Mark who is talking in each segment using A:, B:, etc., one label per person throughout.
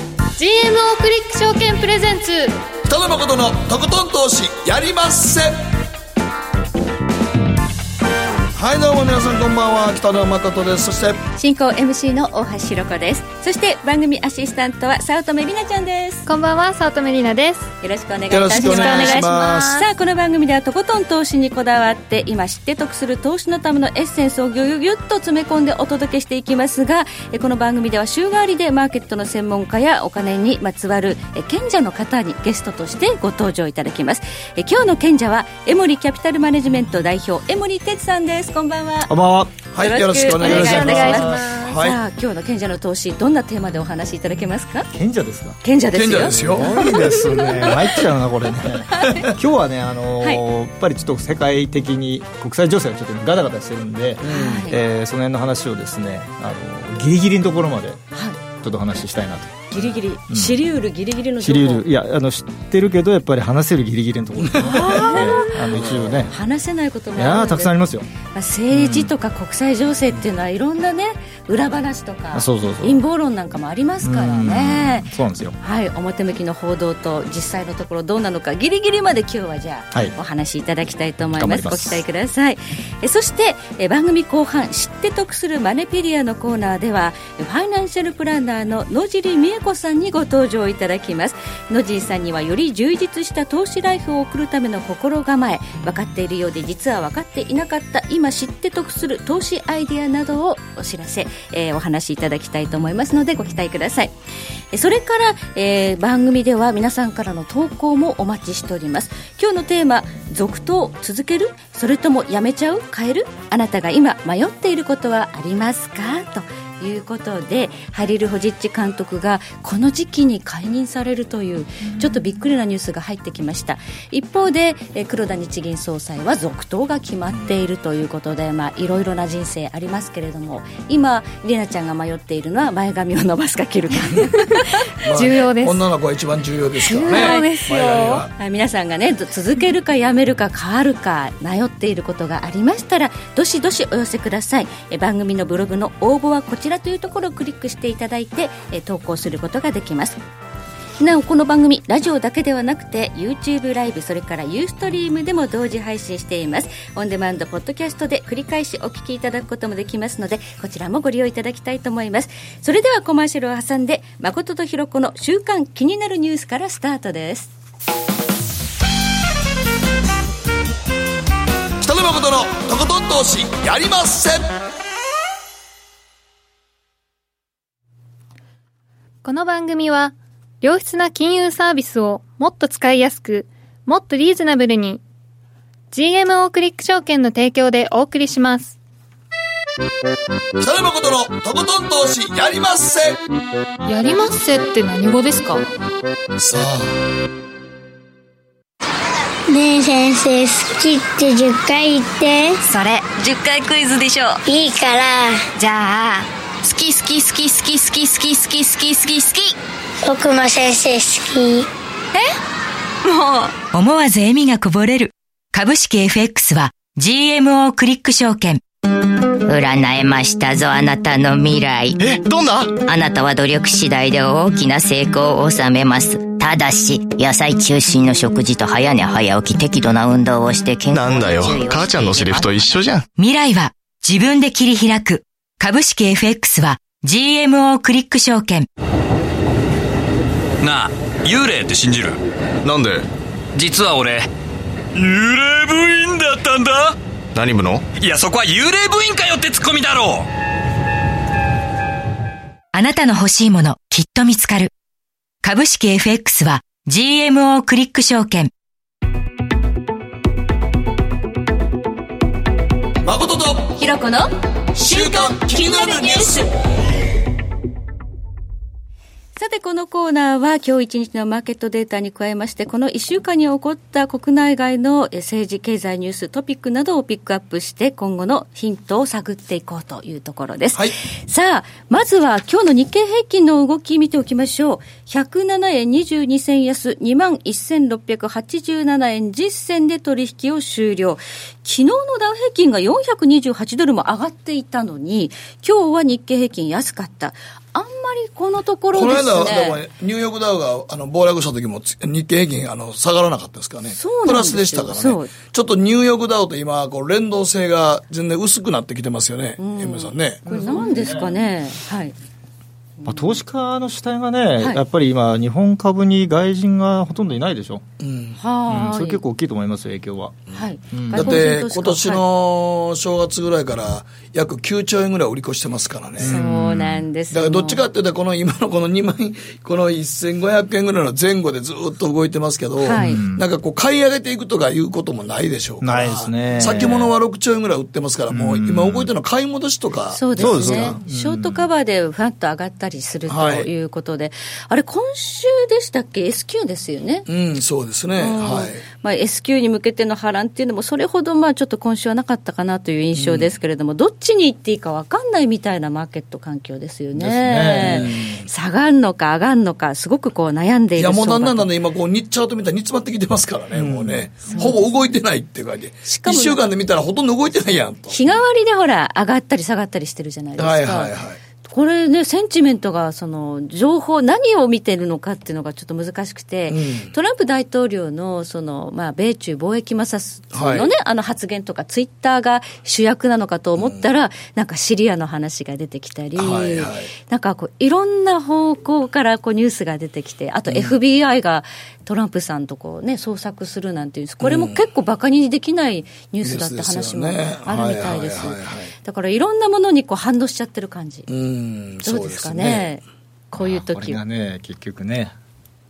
A: GMO クリック証券プレゼンツ
B: 北野誠のとことん投資やりまっせはいどうも皆さんこんばんは北野誠ですそして
C: 進行 MC の大橋ろ子ですそして番組アシスタントは早乙女里奈ちゃんです
A: こんばんは早乙女里奈です
C: よろしくお願いい
B: よろし
C: たし
B: くお
C: ます
B: 願いします
C: さあこの番組ではとことん投資にこだわって今知って得する投資のためのエッセンスをぎゅぎゅぎゅっと詰め込んでお届けしていきますがえこの番組では週替わりでマーケットの専門家やお金にまつわるえ賢者の方にゲストとしてご登場いただきますえ今日の賢者はエモリキャピタルマネジメント代表江森哲さんですこんばんは
D: こんばんは。
B: はいよろしくお願いします
C: お願いし
A: ます
B: はい
C: さあ今日の賢者の投資どんなテーマでお話しいただけますか
D: 賢者ですか。
C: 賢者です
B: 賢
C: よ
B: 者ですよ
D: 多いですね。参っちゃうなこれね。今日はねあのー
C: はい
D: やっぱりちょっと世界的に国際情勢がちょっと今ガタガタしてるんで、
C: はい
D: えーその辺の話をですねあのギリギリのところまでち
C: は
D: ょっと話したいなと。
C: いギリギリ、知りうるギリギリの
D: 知
C: 情
D: り
C: 報
D: 得るいやあの知ってるけどやっぱり話せるギリギリのところ。 えーあの一応ね。
C: 話せないことも
D: い
C: あるので
D: やーたくさんありますよ。
C: まあ政治とか国際情勢っていうのはいろんなね裏話とか
D: あそうそうそう
C: 陰謀論なんかもありますからね
D: うんそうなんですよ。
C: はい表向きの報道と実際のところどうなのかギリギリまで今日はじゃあ、
D: はい
C: お話しいただきたいと思い
D: 頑張
C: ます
D: ります
C: ご期待くださいえそしてえ番組後半知って得するマネペディアのコーナーではえファイナンシャルプランナーの野尻美恵子さんにご登場いただきます野尻さんにはより充実した投資ライフを送るための心構え分かっているようで実は分かっていなかった今知って得する投資アイディアなどをお知らせ、えーお話しいただきたいと思いますのでご期待くださいえそれから、えー番組では皆さんからの投稿もお待ちしております今日のテーマ「続投続けるそれともやめちゃう変えるあなたが今迷っていることはありますか?」ということでハリル・ホジッチ監督がこの時期に解任されるというちょっとびっくりなニュースが入ってきました一方でえー黒田日銀総裁は続投が決まっているということでまあいろいろな人生ありますけれども今りなちゃんが迷っているのは前髪を伸ばすか切るか
B: まあ
A: 重要です
B: 女の子は一番重要ですからね
A: 重要ですよ
B: 我々は
C: はい、皆さんがねず続けるかやめるか変わるか迷っていることがありましたらどしどしお寄せくださいえ番組のブログの応募はこちらというところをクリックしていただいてえ投稿することができますなおこの番組ラジオだけではなくて YouTube ライブそれから Ustream でも同時配信していますオンデマンドポッドキャストで繰り返しお聞きいただくこともできますのでこちらもご利用いただきたいと思いますそれではコマーシャルを挟んで誠とひろ子の週刊気になるニュースからスタートです
B: 北野誠のとことん投資やりまっせ
A: この番組は良質な金融サービスをもっと使いやすくもっとリーズナブルに GMO クリック証券の提供でお送りします
B: 北野誠のとことん投資やりまっせ
A: やりますせって何語ですか
B: さあ
E: ねえ先生好きって10回言って
C: それ10回クイズでしょ
E: いいから
C: じゃあ好き好き好き好き好き好き好き好き好き好き
E: 僕も先生好き
F: 思わず笑みがこぼれる。株式 FX は GMO クリック証券。占えましたぞ、あなたの未来。
G: え、どんな
F: あなたは努力次第で大きな成功を収めます。ただし、野菜中心の食事と早寝早起き適度な運動をして健康
G: なんだよ
F: に注意をしていき。ます
G: 母ちゃんのセリフと一緒じゃん。
F: 未来は自分で切り開く。株式 FX は GMO クリック証券。
H: なあ幽霊って信じる
G: なんで
H: 実は俺幽霊部員だったんだ
G: 何部の
H: いやそこは幽霊部員かよってツッコミだろ
F: あなたの欲しいもの、きっと見つかる。株式 FX は GMO クリック証券。
B: 誠と
C: ひろこの
B: 週刊気になるニュース
C: さてこのコーナーは今日一日のマーケットデータに加えましてこの1週間に起こった国内外のえ政治経済ニューストピックなどをピックアップして今後のヒントを探っていこうというところです、
B: はい
C: さあまずは今日の日経平均の動き見ておきましょう107円22銭安2万1687円実銭で取引を終了昨日のダウ平均が428ドルも上がっていたのに今日は日経平均安かったあんまりこのところ
B: この
C: ですね。
B: 間、でもニューヨークダウがあの暴落した時もつ日経平均あの下がらなかったですからね。
C: そう
B: プ
C: な
B: ラ
C: んですよ
B: スでしたから
C: そう
B: ね。ちょっとニューヨークダウと今、こう連動性が全然薄くなってきてますよね。エムさんね。
C: これ何ですかね。はい。
D: まあ、投資家の主体がね、
C: はい
D: やっぱり今、日本株に外人がほとんどいないでしょ、
B: うん。
D: うん
C: はーい。
D: それ結構大きいと思いますよ、影響は。
C: はい。
D: うん
B: だ
C: 外
B: っ
C: 国人
B: て
C: 投資家
B: 今年
C: はい
B: の正月ぐらいから約9兆円ぐらい売り越してますからね。
C: そうなんです
B: だか
C: よ。
B: らどっちかっていうと、この今のこの2万、この1500円ぐらいの前後でずっと動いてますけど、
C: はい
B: なんかこう買い上げていくとかいうこともないでしょうから。
D: ないですね
B: 先物は6兆円ぐらい売ってますから、もう今動いてるのは買い戻しとか。
C: そうですね
B: か。
C: ショートカバーでファッと上がったりすると
B: はい
C: いうことで、あれ、今週でしたっけ、S q ですよね。
B: うん、そうですね。は
C: まあ、S q に向けての波乱っていうのも、それほどまあちょっと今週はなかったかなという印象ですけれども、どっちに行っていいか分かんないみたいなマーケット環境ですよね。下がんのか上がんのか、すごくこう悩んで
B: い。
C: い
B: い
C: る
B: や、もうなん
C: 相
B: な
C: 場
B: ん
C: と
B: なんで今こう、日チャート見たら煮詰まってきてますからね、もうね。ほぼ動いてないっていう感じ。
C: しか
B: 1
C: も
B: 週間で見たらほとんど動いてないやんと。
C: 日替わりでほら、上がったり下がったりしてるじゃないですか。
B: はいはいはい。
C: これね、センチメントが、その、情報、何を見てるのかっていうのがちょっと難しくて、
B: うん
C: トランプ大統領の、その、まあ、米中貿易摩擦のね、あの発言とか、ツイッターが主役なのかと思ったら、なんかシリアの話が出てきたり、
B: はいはい
C: なんかこう、いろんな方向からこうニュースが出てきて、あと FBI がトランプさんとこうね、捜索するなんていう、これも結構バカにできないニュースだって話もあ
B: ニュースですよね
C: るみたいです
B: はいはいはいはい。
C: だからいろんなものにこう反応しちゃってる感じ。
B: うん、
C: どうですかね。こういう
D: こ
C: 時
D: れがね、結局ね、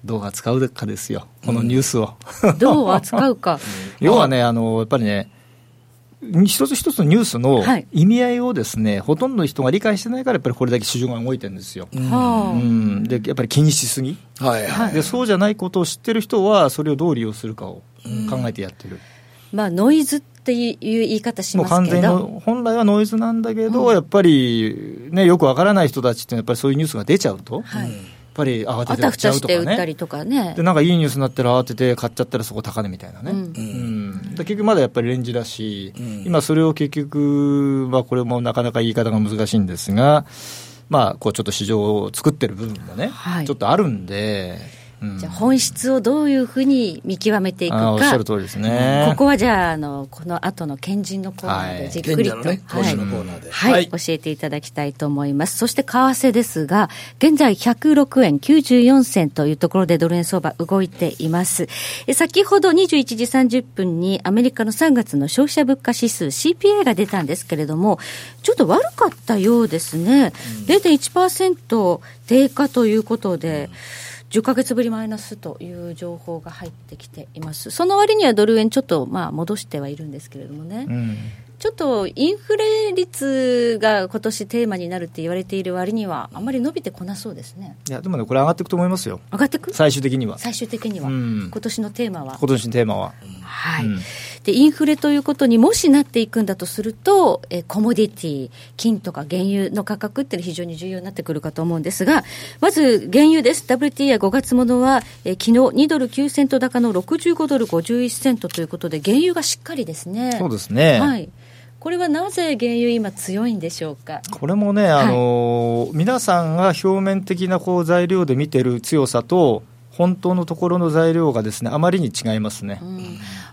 D: どう扱うかですよ、このニュースを。
C: どう扱うか。
D: 要はね、あのやっぱりね、一つ一つのニュースの
C: はい
D: 意味合いをですね、ほとんどの人が理解してないから、やっぱりこれだけ市場が動いてるんですよ。う
C: は
D: ん、でやっぱり気にしすぎ、
B: すね。はいはい。
D: で、そうじゃないことを知ってる人は、それをどう利用するかを考えてやってる、
C: あ、まあノイズっていう言い方し
D: もう
C: ます
D: 完
C: け
D: 全
C: ど。
D: の、本来はノイズなんだけど、やっぱり、ね、よくわからない人たちって、やっぱりそういうニュースが出ちゃうと、
C: は
D: や
C: い
D: っぱり慌て
C: あ
D: て買
C: た
D: っ
C: ふ
D: ちゃ
C: た
D: う
C: し
D: と
C: て
D: か
C: 売った
D: ね
C: り。とかね
D: で。なんかいいニュースになったら慌てて買っちゃったらそこ高値みたいなね、
C: う
D: うんんだ結局まだやっぱりレンジだし、
B: ん
D: 今それを結局、まあ、これもなかなか言い方が難しいんですが、まあ、こうちょっと市場を作ってる部分もね、
C: はい
D: ちょっとあるんで、うん
C: じゃあ本質をどういうふうに見極めていく
D: あー
C: か。
D: おっしゃる通りですね
C: ここはじゃあ、あの、この後の賢人のコーナーでじっく
B: 賢
C: り
B: 者
C: と。
B: のね、投資のコーナーで。
C: はい、教えていただきたいと思います。そして為替ですが、現在106円94銭というところでドル円相場動いています。え先ほど21時30分にアメリカの3月の消費者物価指数 CPI が出たんですけれども、ちょっと悪かったようですね。0.1%低下ということで、10ヶ月ぶりマイナスという情報が入ってきています。その割にはドル円ちょっとまあ戻してはいるんですけれどもね。
D: うん
C: ちょっとインフレ率が今年テーマになるって言われている割には、あまり伸びてこなそうですね。
D: いやでもね、これ上がっていくと思いますよ、
C: 上がってく
D: 最終的には、
C: 最終的には、
D: うん
C: 今年のテーマは。
D: 今年のテーマは。
C: はい
D: うん
C: でインフレということにもしなっていくんだとすると、えーコモディティ、金とか原油の価格っていうのは非常に重要になってくるかと思うんですが、まず原油です、WTI 5月ものは、えー昨日2ドル9セント高の65ドル51セントということで、原油がしっかりですね。
D: そうですね、
C: はい、これはなぜ原油、今、強いんでしょうか。
D: これもね、あの皆さんが表面的なこう材料で見てる強さと、本当のところの材料がですねあまりに違いますね。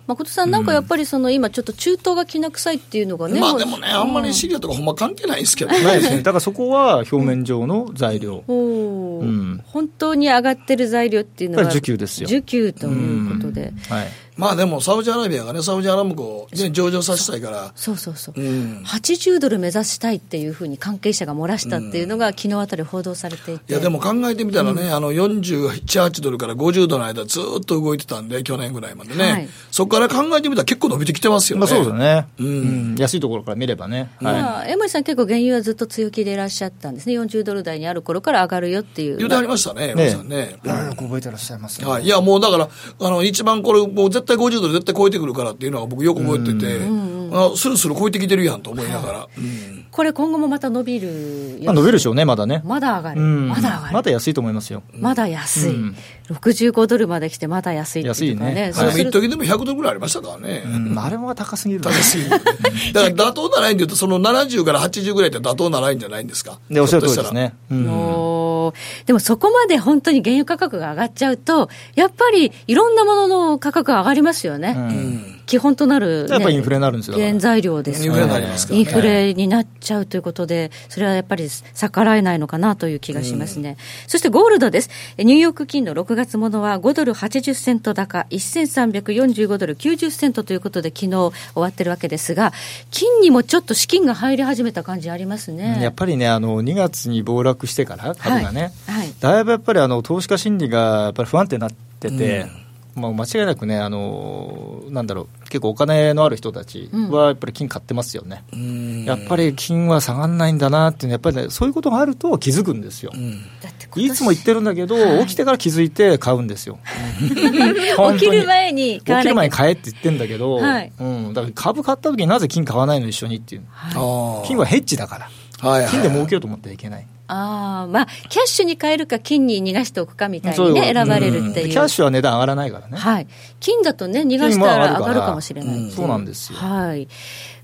C: 誠さん、なんかやっぱりその今、ちょっと中東がきな臭いっていうのがね、
B: ま
C: も
B: あ
C: う
B: でもね、あんまり資料とかほんま関係ないですけど
D: ない
B: ね。
D: ですね、だからそこは表面上の材料、
C: おー
D: うん
C: 本当に上がってる材料っていうのは、
D: やっぱり需給ですよ
C: 需給ということで、
D: はい、
B: まあでも、サウジアラビアがね、サウジアラムコをね上場させたいから、
C: そうそうそう、
B: うん。
C: 80ドル目指したいっていうふうに関係者が漏らしたっていうのが、昨日あたり報道されてい
B: い
C: て、
B: やでも考えてみたらね、あの47、8ドルから50ドルの間ずっと動いてたんで、去年ぐらいまでね。
C: はい
B: そこから考えてみたら結構伸びてきてますよね。
D: まあ、そうですね、
B: うん
D: うん安いところから見ればね、は
C: まあ、江森さん、結構原油はずっと強気でいらっしゃったんですね、40ドル台にある頃から上がるよっていう、
B: 言うてありましたね、
D: ね
B: 皆さんね。
D: い、よく覚えてらっしゃいます
B: はい、いやもうだから、あの一番これ、もう絶対50ドル絶対超えてくるからっていうのは僕よく覚えてて、あスルスル超えてきてるやんと思いながら。うん
C: これ、今後もまた伸びるよ
D: まあ、伸びるでしょうね、まだね、
C: まだ上がる、
D: うん
C: まだ上がる、
D: まだ安いと思いますよ、
C: まだ安い、
D: うん
C: 65ドルまで来てまだ安いっていうのがね
D: 安いね
B: あ
C: そ
B: れも
C: うする
B: 一
C: と
B: 時でも100ドルぐらいありましたからね。
D: うん、あれも高すぎるな
B: 高すぎるよね だから妥当なラインで言うと、その70から80ぐらいって妥当なラインじゃないんですか。
D: でおっしゃる通りですね、うん、
C: おーでもそこまで本当に原油価格が上がっちゃうと、やっぱりいろんなものの価格が上がりますよね、基本となる、ね、
D: やっぱりインフレになるんですよだから
C: 原材料ですよ
B: インフ
C: ね
B: レになりますから
C: イ
B: ね
C: ンフレになっちゃうということで、それはやっぱり逆らえないのかなという気がしますね、そしてゴールドです、ニューヨーク金の6月ものは5ドル80セント高、1345ドル90セントということで、昨日終わってるわけですが、金にもちょっと資金が入り始めた感じありますね。
D: やっぱりねあの2月に暴落してから株がね、
C: はいはい
D: だいぶやっぱりあの投資家心理がやっぱり不安定になってて、まあ、間違いなくねあのなんだろう結構お金のある人たちはやっぱり金買ってますよね、やっぱり金は下がんないんだなっていうのやっぱりねそういうことがあると気づくんですよ、
C: だって今年
D: いつも言ってるんだけど、起きてから気づいて買うんですよ本
C: 起き
D: 当に
C: る前に買
D: 起
C: わ
D: きる前
C: な
D: に
C: きゃ
D: 買えって言ってんだけど、
C: はい
D: うん、だから株買った時になぜ金買わないの一緒にっていう、
B: あ
D: 金はヘッジだから
B: あ。はいはい。
D: 金で儲けようと思ってはいけない、
C: ああまあキャッシュに変えるか金に逃がしておくかみたい
D: そうい
C: に
D: うこ
C: ね
D: と
C: 選ばれるって
D: で
C: いう
D: キャッシュは値段上がらないからね、
C: はい、金だとね逃がしたら上がるかもしれない、
D: うんそうなんですよ、
C: はい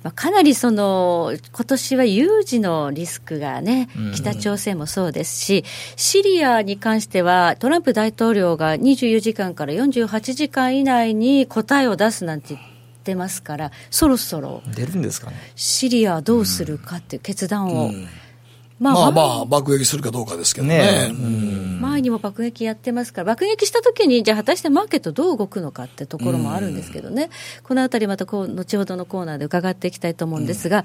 C: まあ、かなりその今年は有事のリスクがね、北朝鮮もそうですし、シリアに関しては、トランプ大統領が24時間から48時間以内に答えを出すなんて言ってますから、そろそろ
D: 出るんですかね
C: シリアどうするかっていう決断を、ま
B: まあま
C: 前
B: あ、爆撃するかどうかですけど
D: ね
B: ね。
D: え
B: うん
C: 前にも爆撃やってますから、爆撃したときに、じゃあ、果たしてマーケットどう動くのかってところもあるんですけどね、このあたり、またこう後ほどのコーナーで伺っていきたいと思うんですが、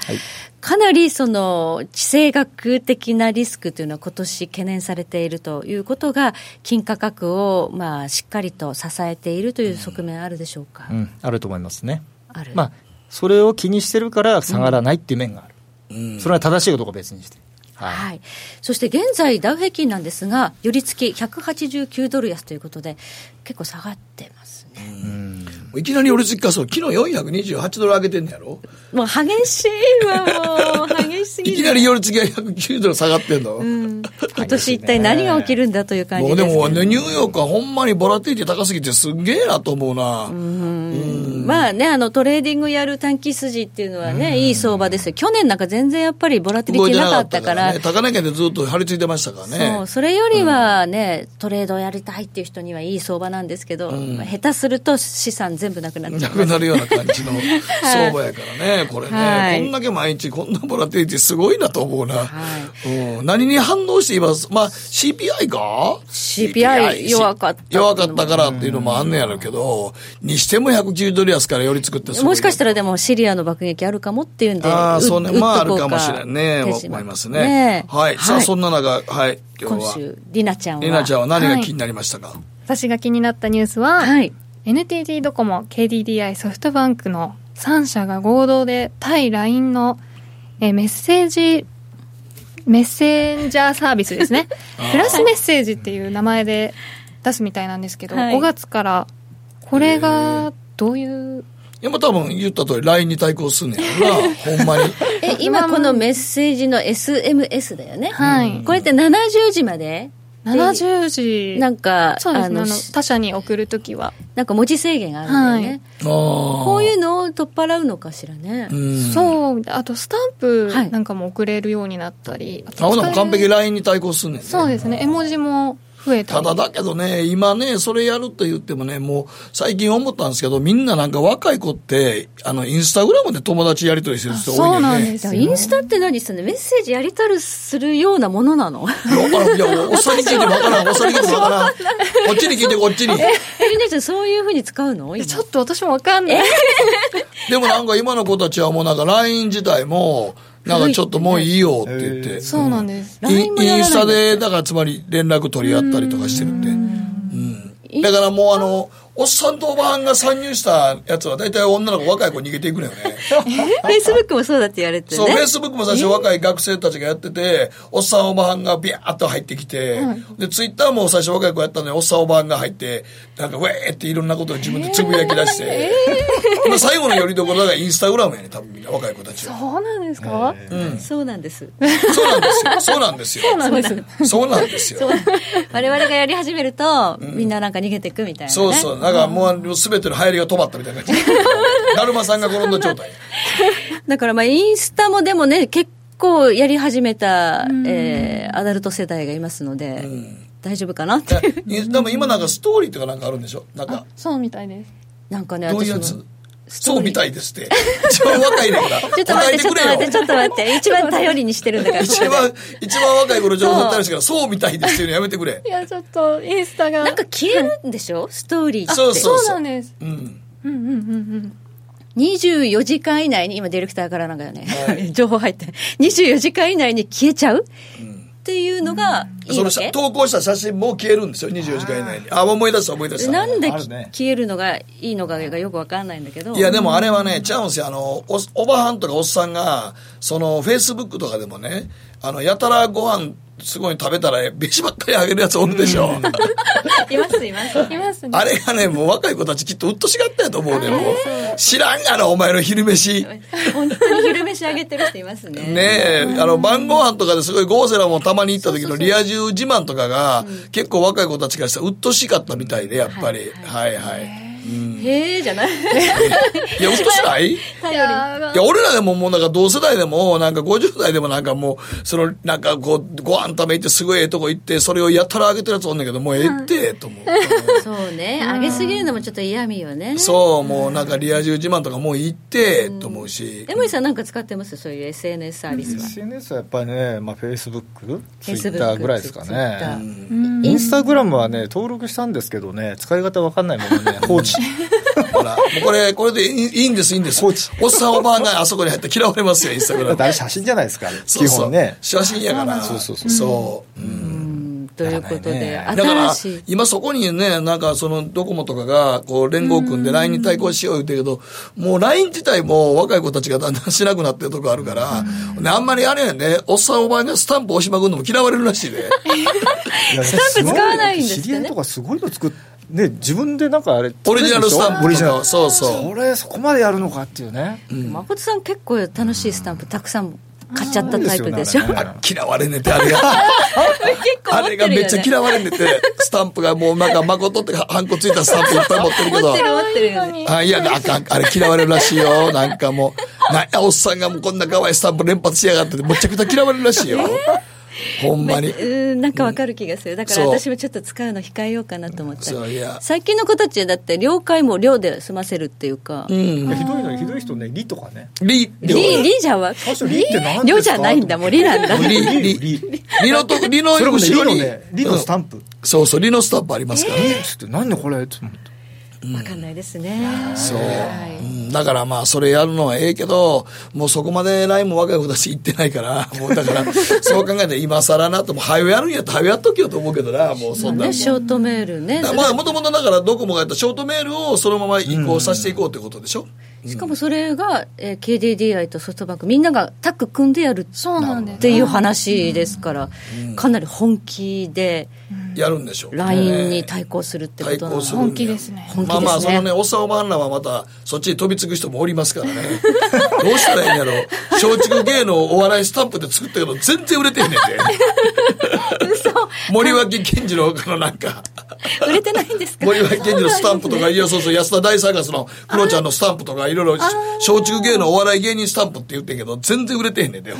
C: かなりその地政学的なリスクというのは、今年懸念されているということが、金価格をまあしっかりと支えているという側面、あるでしょうか。
D: うん、あると思いますね、
C: ある
D: まあ、それを気にしてるから下がらないっていう面がある、それは正しいかどうかは別にして、はい
C: はい、そして現在、ダウ平均なんですが、寄り付き189ドル安ということで、結構下がってますね。
B: いきなり俺実家、そう、昨日428ドル上げてんねやろ
C: もう激しいわ、もう、激しすぎ
B: い
C: る。
B: きなり寄り付きが109ドル下がってんの、
C: 今年一体何が起きるんだという感
B: も
C: じ
B: う
C: で
B: です
C: け
B: も、
C: ど
B: ね、ニューヨークはほんまにボラティリティ高すぎてすんげえなと思うな。
C: まあね、あの、トレーディングやる短期筋っていうのはね、いい相場ですよ。去年なんか全然やっぱりボラティリティなかったから、
B: ね、高値圏でずっと張り付いてましたからね。
C: そう、それよりはね、トレードをやりたいっていう人にはいい相場なんですけど、まあ下手すると資産全部なくなっち
B: な
C: ゃう。
B: くなるような感じの相場やからね、これね、
C: はい
B: こんだけ毎日、こんなボラティリティすごいなと思うな、
C: はい
B: うん、何に反応しています、まあ、CPI か
C: CPI 弱かった
B: 弱かったからっていうのもあんねやろうけど、にしても110ドル安からより作ってすごいな
C: もしかしたらでもシリアの爆撃あるかもっていうんで、
B: ああ、
C: う
B: そうね、
C: 打っと
B: まあ、あ
C: こ
B: る
C: う
B: かもしれんね、
C: 手締ま
B: 思
C: っ
B: います
C: ね
B: ね。はい、さあ、そんな中、はい、今
C: 今
B: 日は、
C: 週、りなちゃんは。
B: えなちゃんは何が気になりましたか、
A: 私が気になったニュースは、
C: はい。
A: NTT ドコモ、KDDI、ソフトバンクの3社が合同で対 LINE のえーメッセージ、メッセンジャーサービスですね。プラスメッセージっていう名前で出すみたいなんですけど、
C: はい
A: 5月からこれがどういう、
B: いや、まあ、多分言った通り、LINE に対抗すんねや ろな、ほんまに。
C: え今このメッセージの SMS だよね、
A: はい
C: これって70時まで
A: 70時、
C: なんか
A: そうですね、あ
C: あ
A: の
C: の
A: 他社に送るときは。
C: なんか文字制限があるんだよね、
B: ああ。
C: こういうのを取っ払うのかしらね、
B: うん
A: そう、あとスタンプ
C: はい
A: なんかも送れるようになったり。あと
B: あほなもう
A: 使える
B: 完璧に LINE に対抗すんねんね。
A: そうですね、絵文字も増えた
B: た
A: り。
B: だだけどね、今ね、それやると言ってもね、もう最近思ったんですけど、みんななんか若い子って、あの、インスタグラムで友達やりとりしてる人多い
A: そう
B: よ
A: なん
B: ね。
A: です
C: だ
A: よ。
C: からインスタって何そのメッセージやりたるするようなものな の
B: いや、いやおっさんに聞いてもわからん、おっさんに聞いてもわからん。こっちに聞いて、こっちに。
C: えりなちゃんそういうふうに使うの
A: いや
C: 今
A: ちょっと私もわかんない。
B: でもなんか今の子たちはもうなんか LINE 自体も、なんかちょっともういいよって言って。
A: そうなんです。
B: イン
C: LINE もやら
B: イ
C: ない
B: ンスタ
C: んだ
B: で、だからつまり連絡取り合ったりとかしてるって。うん。だからもうあの、おっさんとおばはんが参入したやつは大体女の子若い子逃げていくのよね
C: フェイスブックもそうだって言われて
B: そう、
C: ね
B: フェイスブックも最初若い学生たちがやってて、おっさんおばはんがビャーっと入ってきて、で、ツイッターも最初若い子やったのに、おっさんおばはんが入って、なんか、ウェーっていろんなことを自分でつぶやき出して、まあ最後のよりどころがインスタグラムやね、多分みんな若い子たちは。
A: そうなんですか、
C: そうなんです
B: そうなんですよ。そうなんです
A: そうなん
B: よ。
A: です
B: そうなんですよ。
C: 我々がやり始めると、みんななんか逃げていくみたいな、ね、
B: そうそう。なんかもう全ての流行りが止まったみたいな 感じ。だるまさんが転んだ状態。
C: だからまあインスタもでもね結構やり始めた、えーアダルト世代がいますので、大丈夫かなっていう
B: ででも今なんかストーリーとかなんかあるんでしょなんか。
A: そうみたいです
C: なんかね
B: どういう
C: 私
B: や
C: も
B: つ
C: ストーリー
B: そうみたいですって。一番若いねんから。
C: ちょっと
B: 答え
C: 待って、ちょっと待って、ちょっと待っ て。一番頼りにしてるんだから。
B: 一番、一番若い頃情報ったりしてから、そうみたいですっていうのやめてくれ
A: い。やちょっとインスタが
C: なんか消えるんでしょストーリーって。
B: そうそう
A: そう
B: そ
A: な
B: う。
A: んです
B: うん。
A: うんうんうんうん
C: 24時間以内に、今ディレクターからなんかよね、 情報入って。24時間以内に消えちゃう、っていうのがいい
B: そ
C: わ
B: の
C: け
B: 写投稿した写真も消えるんですよ、24時間以内に。あ、思い出した思い出した。
C: なんで
D: あるね
C: 消えるのがいいのかがよくわかんないんだけど。
B: いや、でもあれはね、ちゃうんですよ。あの、お、おばはんとかおっさんが、その、フェイスブックとかでもね、あの、やたらご飯、すごい食べたら、飯ばっかりあげるやつおるでしょ。
C: います、います。
A: いますね
B: あれがね、もう若い子たちきっとうっとしがったやと思うで、もう。知らんがな、お前の昼飯。
C: 本当に昼飯あげてる人いますね。
B: ねえ、あの、晩ご飯とかですごいゴーセラもたまに行った時のリア充自慢とかが、結構若い子たちからしたらうっとしかったみたいで、やっぱり。はいはい。
C: へえじゃない。
B: いや、うっとしないい
A: いや
B: や、俺らでももうなんか同世代でも、なんか50代でもなんかもう、その、なんかこう、ご飯食べ行ってすごいええとこ行って、それをやたらあげてるやつおんねんけど、もうええって、と思う。
C: そうね。あげすぎるのもちょっと嫌味よね。
B: そう、もうなんかリア充自慢とかもう行って、と思うし。
C: 江森さんなんか使ってますそういう SNS サービスは。
D: SNS はやっぱりね、まあ、Facebook、
C: Facebook
D: Twitter ぐらいですか
C: Twitter
D: ね、インスタグラムはね、登録したんですけどね、使い方わかんないもの ね、放置、
B: ほら、もうこれ、これでいいいいんです、いいんです。おっさんおばあがあそこに入って嫌われますよ、インスタグ
D: だ
B: ラム
D: っ て。あれ、写真じゃないですか、あれ
B: そ
D: 基
B: うそう
D: 本ね、
B: 写真やから。
D: そうそうそう
B: そう
C: うんということで、
D: だ
B: だか
C: 新
B: ら
C: しい、。
B: 今そこにね、なんかそのドコモとかが、こう連合組んで LINE に対抗しよう言ってるけど、もう LINE 自体も若い子たちがだんだんしなくなってるとこあるから、ねあんまりあれやね、おっさんおばあがスタンプ押しまくんのも嫌われるらしい で。
D: ス
C: タンプ使わないんですってね
D: 知り合いとかすごいの作っね、自分でなんかあれ、
B: オリジナルスタンプとか
D: オリジナル
B: そうそう
D: それ、そこまでやるのかっていうね、
C: 誠さん結構楽しいスタンプたくさん買っちゃったタイプでしょ。
D: そうですよねあれね
B: あ嫌われんねって、あれが。
C: 結構
B: あ
C: 持っ
B: れ
C: てるよね。
B: がめっちゃ嫌われんねって、スタンプがもうなんか誠ってかハンコついたスタンプいっぱい持ってるけど。
C: 持ってる持ってるよね。
B: あいや、あかん、あれ嫌われるらしいよ。なんかもう、なんやおっさんがもうこんな可愛いスタンプ連発しやがってて、むちゃくちゃ嫌われるらしいよ。ほんまに。
C: うんなんかわかる気がするだから
B: そう
C: 私もちょっと使うの控えようかなと思った
B: そういや
C: 最近の子たちだって了解も量で済ませるっていうか「り
D: ひどいの、ひどい人ね、リとかね、
B: リ、リ、
C: りリ」じゃわ
D: 最初リって何ですか
C: 量じゃないんだもう「り」なんだ
B: リ、リ、リ、リのと、リの
D: それもね、リ
B: 後ろ
D: の
B: に
D: ね、、リのスタンプ、
B: うんそうそう、リのスタンプありますから
D: リっつって、なんでこれって思って
C: わかんないですね
B: そう。うんだからまあ、それやるのはええけど、もうそこまで LINE も若い子たち行ってないから、もうだから、そう考えて今更なと、もう、はよやるんやったら、はよやっときよと思うけどな、もうそんなんも
C: ね
B: う
C: ショートメールね
B: だまあ、もともとだからドコモがやったショートメールをそのまま移行させていこうってことでしょ、
C: しかもそれが、えー KDDI とソフトバンクみんながタッグ組んでやる
A: そうなんです
C: っていう話ですから、かなり本気で
B: やるんでしょう、
C: LINE に対抗するってこ
B: 対
C: となの
B: 抗するんや
A: 本気ですね
C: 本気ですね
B: まあまあそのねおっさんおばあんらはまたそっちに飛びつく人もおりますからね どうしたらいいんやろ松竹芸能お笑いスタンプで作ったけど全然売れてへんねんて 森脇健児のあのなんか
C: 売れてないんですか
B: 森脇健児のスタ ンプとか、いや、そうそう、安田大サーカスのクロちゃんのスタンプとか、いろいろ、小中芸能お笑い芸人スタンプって言ってんけど、全然売れてへんねんで。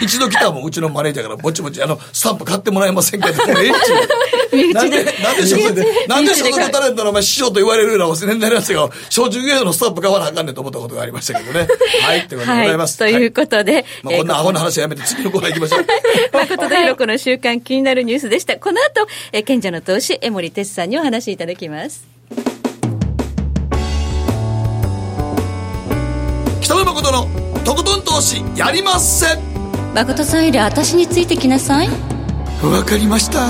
B: 一度来たもん、うちのマネージャーから、ぼちぼち、あの、スタンプ買ってもらえませんかって、もうええっちゅう。なんで、なんで所属、なんで所属タレントのお前師匠と言われるようなお世話になりましたけど、小中芸能のスタンプ買わなあかんねんと思ったことがありましたけどね。はい、ってことでございます。
C: はい、という
B: は
C: ことで、
B: まあ、こんなアホな話はやめて、次のコーナー行きましょう。
C: 誠とひろこの週間気になるニュースでした。この後、えー賢者の投資、江森哲さんにお話しいただきます。
B: 北野誠の、とことん投資、やりません
C: 誠さんより私についてきなさい。
B: わかりました。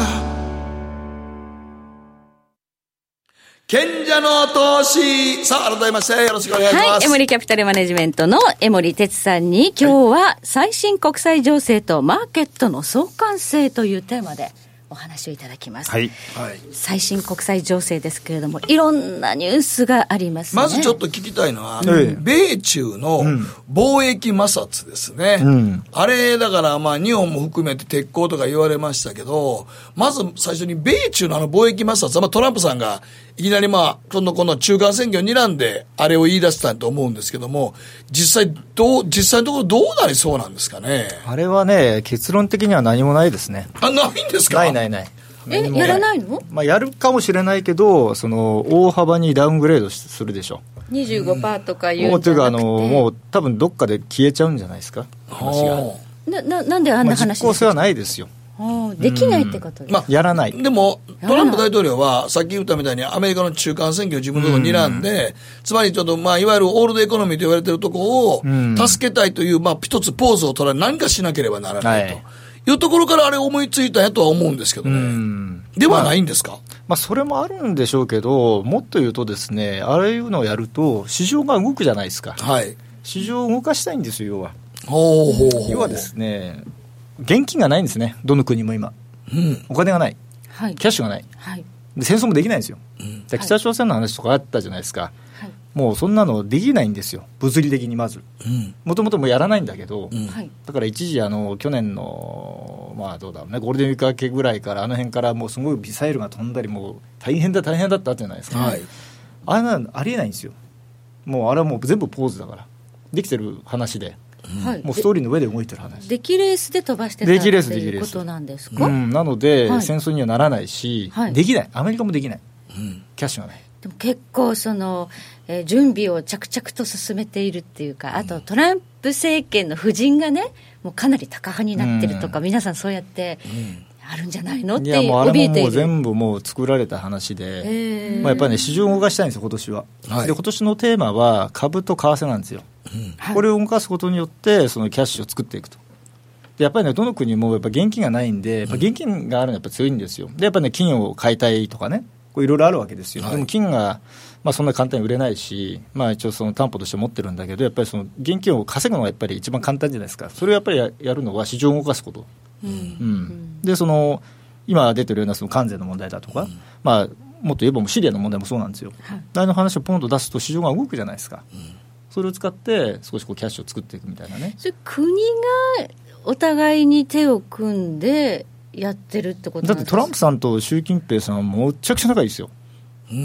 B: 賢者の投資さあ、改めましてよろしくお願いします。
C: はい、エモリキャピタルマネジメントのエモリ哲さんに今日は最新国際情勢とマーケットの相関性というテーマでお話をいただきます。
D: はい
B: はい
C: 最新国際情勢ですけれども、いろんなニュースがありますね。
B: まずちょっと聞きたいのは、
D: ええ
B: 米中の貿易摩擦ですね。
D: うん
B: あれ、だからまあ日本も含めて鉄鋼とか言われましたけど、まず最初に米中のあの貿易摩擦、まあトランプさんがいきなりまあ、今度この中間選挙に睨んで、あれを言い出したと思うんですけども、実際どう、実際のところどうなりそうなんですかね。
D: あれはね、結論的には何もないですね。
B: あ、ないんですか
D: ないないない。
C: え、やらないの
D: まあ、やるかもしれないけど、その大幅にダウングレードするでしょ
C: ?25% とか
D: う。
C: いう
D: も
C: ん
D: うと
C: じ
D: い
C: ゃ
D: うか、あ
C: なく
D: の
C: て。
D: もう多分どっかで消えちゃうんじゃないですか、話が。
B: はあ
C: な、な、なんであんな
D: まあ、実
C: 話
D: 効
C: です
D: 性
C: か
D: はないですよ、
C: あーできないってことです。
B: まあ
D: やらない、
B: でも、トランプ大統領は、さっき言ったみたいに、アメリカの中間選挙を自分のところに睨んで、つまりちょっと、まあ、いわゆるオールドエコノミーと言われてるとこ
D: うん
B: ろを、助けたいという、まあ、一つポーズを取られ、何かしなければならないと。
D: はい
B: い、うところからあれ思いついたんやとは思うんですけど
D: う
B: ね。
D: ん
B: ではないんですか、
D: まあ、それもあるんでしょうけど、もっと言うとですね、ああいうのをやると、市場が動くじゃないですか、
B: はい。
D: 市場を動かしたいんですよ、要は。
B: ほうほうほう。
D: 要はですね、現金がないんですね、どの国も今、
B: うん。
D: お金がない、
C: はい
D: キ。ャッシュがない、
C: はい。
D: で戦争もできないんですよ、
B: ん
D: で北朝鮮の話とかあったじゃないですか、
C: はい。
D: もうそんなのできないんですよ、物理的にまず、
B: うん。
D: もともともうやらないんだけど。
B: うん。
C: はい。
D: だから一時あの、去年の、まあ、どうだろうね、ゴールデンウィーク明けぐらいから、あの辺からもうすごいミサイルが飛んだり、もう大変だ、大変だったじゃないですか、
B: はい。
D: あれなありえないんですよ、もうあれはもう全部ポーズだから、できてる話で、
C: はい。
D: もうストーリーの上で動いてる話。
C: できレースで飛ばしてた
D: 出来レース
C: と
D: 出来
C: い
D: レ
C: う
D: ー
C: こ
D: ス
C: となんですか、
D: うん、なので、
C: はい
D: 戦争にはならないし、
C: はい
D: できない、アメリカもできない、
B: うん。
D: キャッシュがない、
C: でも結構その、えー準備を着々と進めているっていうかあとトランプ政権の夫人がねもうかなり高派になってるとか、皆さんそうやってあるんじゃないのって
D: いや、もうあ
C: 怯
D: れ
C: え
D: も
C: て
D: も
C: いうる。
D: 全部もう作られた話で、
C: えー
D: まあ、やっぱりね、市場を動かしたいんですよ、今年は。
B: はい
D: で、今年のテーマは株と為替なんですよ。これを動かすことによって、そのキャッシュを作っていくと。でやっぱりね、どの国もやっぱ現金がないんで、やっぱ現金があるのはやっぱ強いんですよ。で、やっぱね、金を買いたいとかね、こういろいろあるわけですよ。
B: はい
D: でも金が、まあそんな簡単に売れないし、まあ一応その担保として持ってるんだけど、やっぱりその現金を稼ぐのがやっぱり一番簡単じゃないですか。それをやっぱりややるのは市場を動かすこと。うん、でその今出てるようなその関税の問題だとか、まあ、もっと言えばもうシリアの問題もそうなんですよ、あれの話をポンと出すと市場が動くじゃないですか、それを使って少しこうキャッシュを作っていくみたいなね。
C: それ国がお互いに手を組んでやってるってことな
D: だっ
C: んで
D: て
C: す
D: ト
C: か
D: ランプさんと習近平さんはむちゃくちゃ仲いいですよ。うん、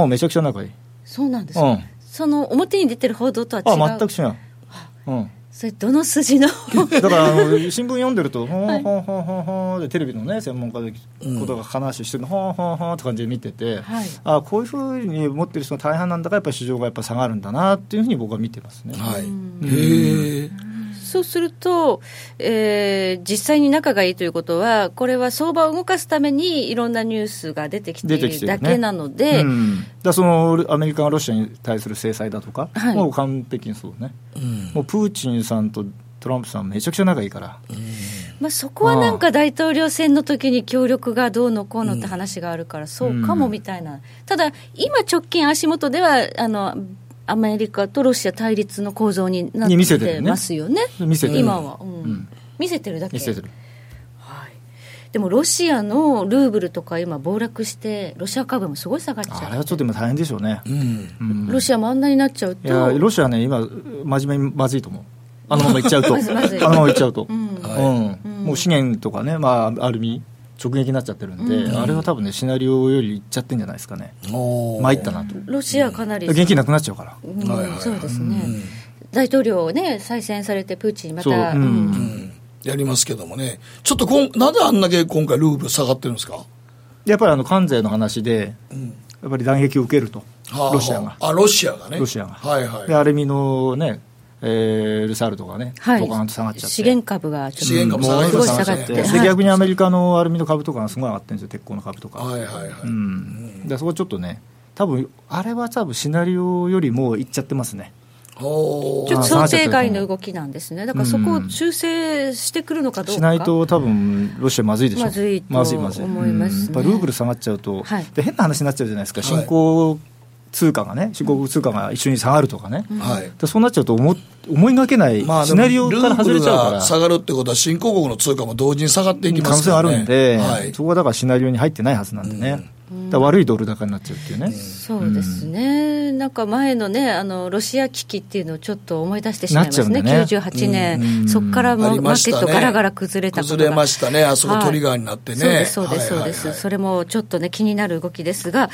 D: うん、めちゃくちゃ仲いい。
C: そうなんです
D: う
C: か、
D: ん、
C: その表に出てる報道とは違う
D: あ、全く違う。うん。
C: それどの筋の
D: だからあの新聞読んでると、ほんほんほんほんほんでテレビのね専門家のことが話してるの、ほんほんほんって感じで見てて、
C: はい
D: あこういうふうに持ってる人の大半なんだからやっぱり市場がやっぱ下がるんだなっていうふうに僕は見てますね。
B: はい。へえ。
C: そうすると、えー実際に仲がいいということは、これは相場を動かすためにいろんなニュースが出てきてい
D: 出て
C: る
D: きてるね
C: だけなの
D: う
C: で、
D: ん、だからそのアメリカがロシアに対する制裁だとか、
C: はい
D: もう完璧にそうね、
B: うん。
D: もうプーチンさんとトランプさん、めちゃくちゃ仲いいから、
C: まあ、そこはなんか大統領選の時に協力がどうのこうのって話があるから、そうかもみたいな、ただ、今、直近、足元ではあのアメリカとロシア対立の構造になっ
D: に見せてる
C: て
D: ね
C: ますよね、
D: 見せてる
C: 今は、うん
D: ん
C: 見せてるだけ
D: 見せてる、
C: はい、でもロシアのルーブルとか今、暴落して、ロシア株もすごい下がっちゃって
D: あれはちょっと今、大変でしょうね。
B: うん。
D: うん
C: ロシアもあんなになっちゃう
D: い
C: と、
D: やロシアね、今、真面目にまずいと思う、あのままいっちゃうと、あ
C: まずいまずい
D: のままいっちゃうと、
C: ん
D: うんもう資源とかね、まあ、アルミ、直撃になっちゃってるんで、あれは多分ね、シナリオよりいっちゃってんじゃないですかね、
B: おー
D: 参ったなと、
C: ロシアかなり、
D: 現金なくなっちゃうから、
C: うん
B: はいはいはい
C: そうですね、大統領をね、再選されて、プーチンま
D: そう、う
C: た、うん
D: ん、
B: やりますけどもね。ちょっとこん、なぜあんだけ今回ルーブル下がってるんですか
D: やっぱりあの関税の話で、やっぱり弾撃を受けると、
B: はあ
D: ロシアが。
B: あ、ロシアがね。
D: ロシアが
B: はいは
D: で
B: い。
D: アルミのね、えールサールとかね、
C: はい
D: ドカーンと下がっちゃって。
C: 資源株が
B: 資
C: ちょっ
B: 源株下がりました
C: すごい下が
B: ね
C: って
D: で
C: はい
D: 逆にアメリカのアルミの株とかがすごい上がってるんですよ、鉄鋼の株とか。
B: はいはいはい。
D: うん、だからそこちょっとね、多分あれは多分シナリオよりもいっちゃってますね、
B: お
C: ち
B: ー
C: ょっと想
D: あー下がっちゃっ
C: 定
D: てる
C: 外の動きなんですね。だからそこを修正してくるのかどうか。
D: しないと多分ロシアまずいでしょ
C: まずいと
D: まずいまずい
C: 思いますね
D: うんやっぱルーブル下がっちゃうと、
C: はい
D: で変な話になっちゃうじゃないですか
B: はい
D: 新興通貨がね新興通貨が一緒に下がるとかね、
B: はい
D: でそうなっちゃうと思思いがけない
B: まあ、
D: シナリオから外
B: ルーブル
D: れちゃうか
B: が
D: ら
B: 下がるってことは、新興国の通貨も同時に下がっていき
D: 可能
B: ます
D: 性
B: か
D: は
B: ら、
D: あ
B: ね、
D: るんで、
B: はい
D: そこはだからシナリオに入ってないはずなんでね、だから悪いドル高になっちゃうっていうね、
C: そうですね、なんか前のね、あのロシア危機っていうのをちょっと思い出してしまいますね、
D: なっちゃうんだね
C: 98年、そこからも
B: あ
C: う
B: り
C: マ
B: ま
C: ー
B: し
C: ケ
B: たね
C: ット、ガラガラ崩れたことが
B: 崩れましたねあそこトリガーになってね
C: はいそうです、そ
B: はいは
C: う
B: いはい
C: です、そうです、それもちょっとね、気になる動きですが、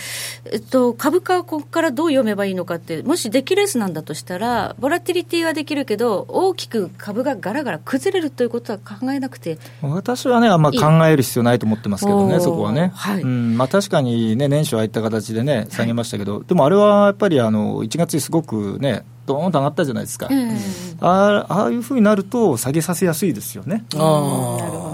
C: えっと、株価はここからどう読めばいいのかって、もしデキレースなんだとしたら、ボラティリティはできるけど、大きく株がガラガラ崩れるということは考えなくて、
D: 私はね、あんま考える必要ないと思ってますけど
C: い
D: ね、
C: い
D: そこはね、
C: はい
D: うんまあ、確かにね、年初はああいった形でね、下げましたけど、でもあれはやっぱりあの1月にすごくね、どーンと上がったじゃないですか、
C: え
D: あああいうふうになると、下げさせやすいですよね、
B: あ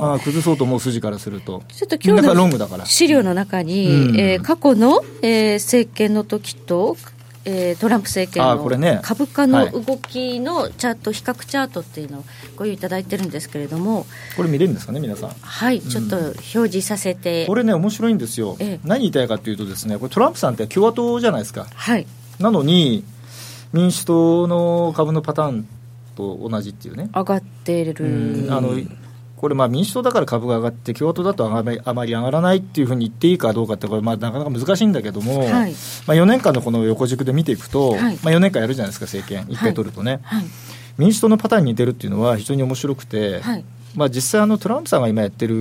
D: ああ崩そうと思う筋からすると、
C: ちょっと今
D: だから
C: 日
D: ロングだか
C: の
D: ら、
C: 資料の中に、
D: うん
C: えー過去の、えー政権の時と、えートランプ政権
D: あーこれ
C: の
D: ね
C: 株価の
D: はい
C: 動きのチャート、比較チャートっていうのをご用意いただいてるんですけれども、
D: これ見れるんですかね、皆さん。
C: はい、ちょっと表示させて、
D: これね、面白いんですよ
C: ええ、
D: 何言いたいかというと、ですねこれトランプさんって共和党じゃないですか、
C: はい、
D: なのに、民主党の株のパターンと同じっていうね。
C: 上がってる、
D: あのこれ、民主党だから株が上がって、共和党だとあまりあまり上がらないっていうふうに言っていいかどうかって、これ、まあなかなか難しいんだけども、
C: はい
D: まあ、4年間のこの横軸で見ていくと、
C: はい
D: まあ、4年間やるじゃないですか、政権、1
C: はい
D: 回取るとね、
C: はい
D: 民主党のパターンに似てるっていうのは、非常に面白くて、
C: はい
D: まあ、実際あの、トランプさんが今やってる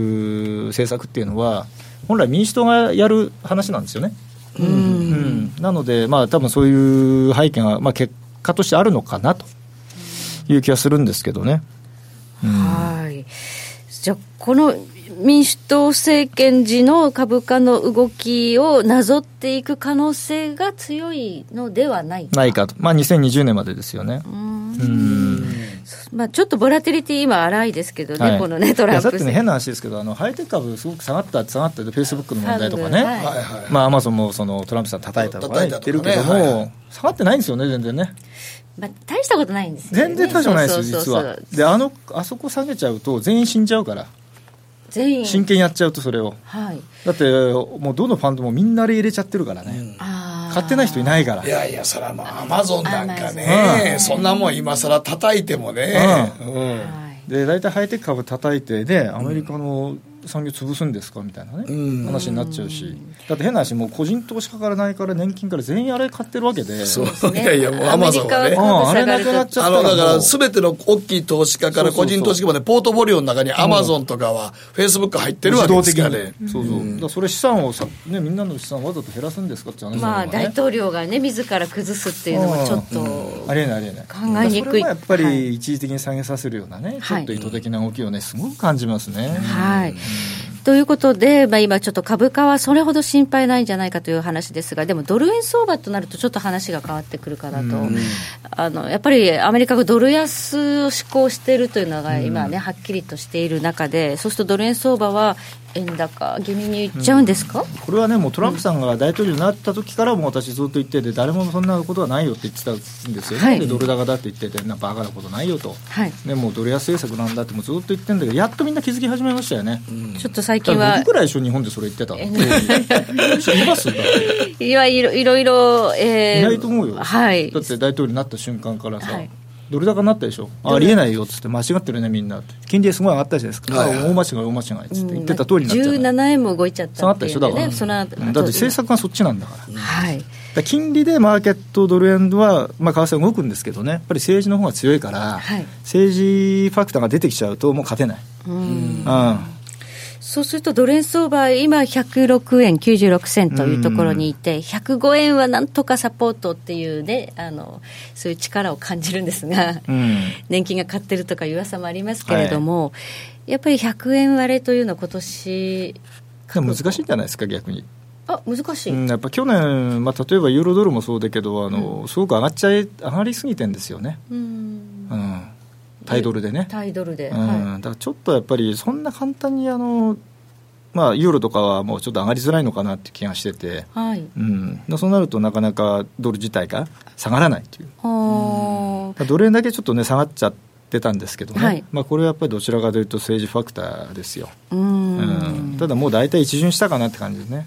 D: 政策っていうのは、本来、民主党がやる話なんですよね。うんなので、まあ多分そういう背景が、まあ、結果としてあるのかなという気はするんですけどね。
C: はいじゃあこの民主党政権時の株価の動きをなぞっていく可能性が強いのではないか
D: ないかと、まあ、2020年までですよね。
C: まあ、ちょっとボラティリティ今荒いですけどね、
D: はい
C: このねトラン
D: いやさ
C: プ
D: っきね、変な話ですけど、あのハイテク株、すごく下がったって下がったで、フェイスブックの問題とか
C: は
B: あ
D: ね、
B: はいはい
D: まあアマゾンもそのトランプさん叩いたとかね言
B: 叩
D: っ
B: い
D: て
B: た
D: る
B: とかね
D: けども、
B: はいはい
D: 下がってないんですよね、全然ね、
C: まあ、大したことないんですよ、ね、
D: 全然大したことないです
C: そ
D: よ、
C: う
D: 実
C: そうそう
D: は。であの、あそこ下げちゃうと、全員死んじゃうから、
C: 全員
D: 真剣やっちゃうと、それを。
C: はい
D: だって、もうどのファンドもみんなあれ入れちゃってるからね、買ってない人いないから
B: い。やいやそれはまあアマゾンなんかね、そんなもん今更叩いてもね、うん
C: はい
D: で大体ハイテク株叩いてでアメリカの産業潰すんですかみたいなね、
B: ん
D: 話になっちゃうしだって変な話もう個人投資家からないから年金から全員あれ買ってるわけで
B: そういやいやもうアマゾンは
C: アメリ
B: ね
C: カは
D: うんあれなくなっちゃ
B: あの
D: った
B: だから
D: もう
B: 全ての大きい投資家から個人投資家までポートフォリオの中にアマゾンとかはフェイスブック入ってるわ
D: 自
B: け
D: 動
B: ですか
D: 的
B: ら
D: に、
B: ね。
D: そうそう、だからそれ資産をさ、ね、みんなの資産をわざと減らすんですかって話
C: ま
D: な
C: あ
D: の
C: 大
D: ね
C: 統領がね自ら崩すっていうのもちょっと
D: ありえないありえない
C: 考えにくい
D: だからそれはやっぱ
C: は
D: り一時的に下げさせるようなね、ちょ
C: はい
D: っと意図的な動きをねすごく感じますね、
C: はい。ということで、まあ、今ちょっと株価はそれほど心配ないんじゃないかという話ですが、でもドル円相場となるとちょっと話が変わってくるかなと。あの、やっぱりアメリカがドル安を志向しているというのが今ね、はっきりとしている中で、そうするとドル円相場は円高気味にいっちゃうんですか、
D: これはね、もうトランプさんが大統領になった時から、もう私、ずっと言ってて、誰もそんなことはないよって言ってたんですよね、
C: はい
D: でドル高だって言ってて、なバカなことないよと、
C: はい。
D: ね、もうドル安政策なんだって、もうずっと言ってんだけど、やっとみんな気づき始めましたよね。
C: ちょっと最
D: だ
C: 近
D: から
C: は
D: 僕ぐらいでしょ、日本でそれ言ってたの。言いますだって
C: いわゆるいろいろ、えー
D: いないと思うよ、
C: はい
D: だ。って大統領になった瞬間からさ、
C: はい
D: ドル高になったでしょ、あありえないよっつって、間違ってるね、みんなって、金利すごい上がったじゃないですか、
B: はいはい
D: あ大間違い、大間違いっつって言ってた通りになっちゃう、
C: 17円も動いちゃった
D: 下がったでしょ、だ
C: っ
D: か
C: ていう
D: ら、
C: ね、その
D: だっ
C: 後
D: て政策がそっちなんだから。
C: はい。
D: だから金利でマーケット、ドル円は、まあ、為替は動くんですけどね、やっぱり政治の方が強いから、
C: はい
D: 政治ファクターが出てきちゃうと、もう勝てない、うん
C: そうするとドル円相場、今、106円96銭というところにいて、105円はなんとかサポートっていうね、あのそういう力を感じるんですが、
D: うん
C: 年金が買ってるとかいう噂もありますけれども、やっぱり100円割れというのは、今年
D: でも難しいんじゃないですか、逆に。
C: あ難しい、
D: うん、やっぱ去年、まあ、例えばユーロドルもそうだけど、あのすごく上がっちゃい上がりすぎてんですよね、
C: うん
D: うん、タイドルでね。
C: タイドルで、
D: うん
C: は
D: だからちょっとやっぱり、そんな簡単にあのまあ、ユーロとかはもうちょっと上がりづらいのかなって気がしてて、
C: はい。
D: うん、でそうなるとなかなかドル自体が下がらないという、
C: は
D: ドル円だけちょっとね、下がっちゃってたんですけどね、
C: はい
D: まあ、これはやっぱりどちらかというと政治ファクターですよ、
C: あ。うん。
D: うんただもう大体一巡したかなって感じですね、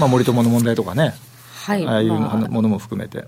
D: まあ、森友の問題とかね、
C: はい。
D: ああいう
C: まあ
D: ものも含めて。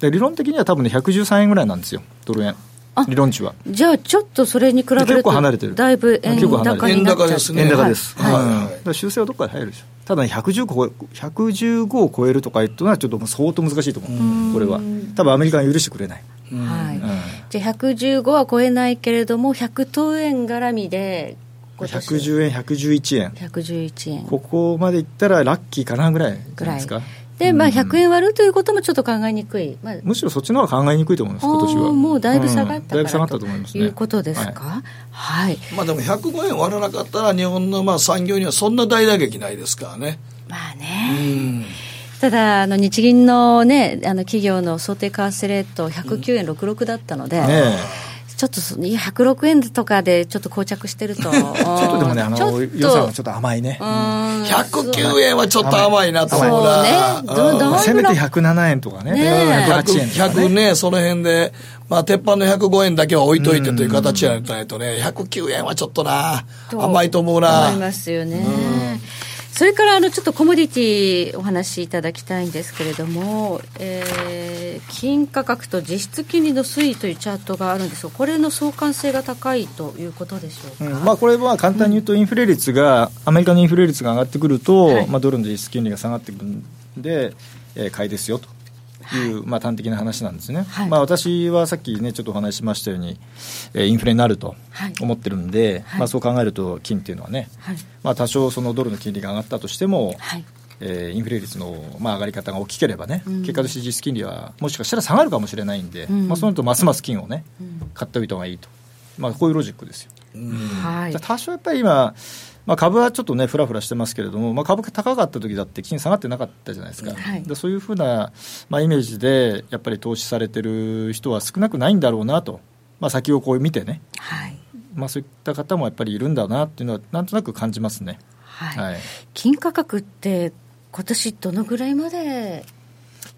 D: で理論的には多分ね113円ぐらいなんですよ、ドル円
C: あ、
D: 理論値は。
C: じゃあちょっとそれに比べると
D: 結構離れてる
C: だいぶ円
D: 結構離れ
C: 高
D: て
C: に
D: る
B: 円
C: なっちゃ
B: 高
C: って
B: ですね
D: 円高です、
B: はい
D: うん
B: はい
D: だから修正はどこかで入るでしょただね115を115を超えるとかいうのはちょっともう相当難しいと思うこれは多分アメリカが許してくれない、
C: はい
D: うん
C: じゃあ115は超えないけれども100等円絡みで今年
D: 110円111円
C: 111円
D: ここまでいったらラッキーかなぐらいじゃないですか
C: で、まあ、100円割るということもちょっと考えにくい、まあ、
D: むしろそっちの方が考えにくいと思います今年
C: あ
D: は
C: ーもうだいぶ下がったから、
D: うんだいぶ下がったと思いますね
C: いうことですかはい、
B: まあでも105円割らなかったら日本のまあ産業にはそんな大打撃ないですからね。
C: まあねただあの日銀のねあの企業の想定為替レート109円66だったので、
D: はいね
C: ちょっとそのいや106円とかでちょっと膠着してるとちょ
D: え ちょっとでもねあの予算はちょっと甘いね
B: 109円はちょっと甘いなと思う
C: そう
B: な。
C: ねどどんぐらい
D: せめて107円とかね
C: ねえ
D: 108
B: 100,
D: 円とか
B: 100
D: ね
B: ね、その辺で、まあ、鉄板の105円だけは置いといてという形じゃないとね、109円はちょっとな、甘いと思うな。
C: 思いますよね。それからあのちょっとコモディティお話しいただきたいんですけれども、えー金価格と実質金利の推移というチャートがあるんですがこれの相関性が高いということでしょうか、
D: うんまあ、これは簡単に言うと、インフレ率が、アメリカのインフレ率が上がってくると、
C: はい
D: まあ、ドルの実質金利が下がってくるんで、えー買いですよという、まあ、端的な話なんですね、
C: はい
D: まあ、私はさっきね、ちょっとお話ししましたように、えーインフレになると
C: はい
D: 思ってるんで、
C: はい
D: まあ、そう考えると、金っていうのはね、
C: はい
D: まあ、多少そのドルの金利が上がったとしても、
C: はい
D: えーインフレ率の、まあ、上がり方が大きければね、結果として実質金利はもしかしたら下がるかもしれないんで、
C: ん
D: まあ、そうなるとますます金をね、買っておいた方がいいと、まあ、こういうロジックですよ。
C: はい
D: じゃあ多少やっぱり今、まあ、株はちょっとね、ふらふらしてますけれども、まあ、株価高かった時だって、金下がってなかったじゃないですか、
C: はい
D: でそういうふうな、まあ、イメージで、やっぱり投資されてる人は少なくないんだろうなと、まあ、先をこう見てね、
C: はい
D: まあ、そういった方もやっぱりいるんだなっていうのは、なんとなく感じますね。
C: はい
D: はい、
C: 金価格って今年どのぐらいまで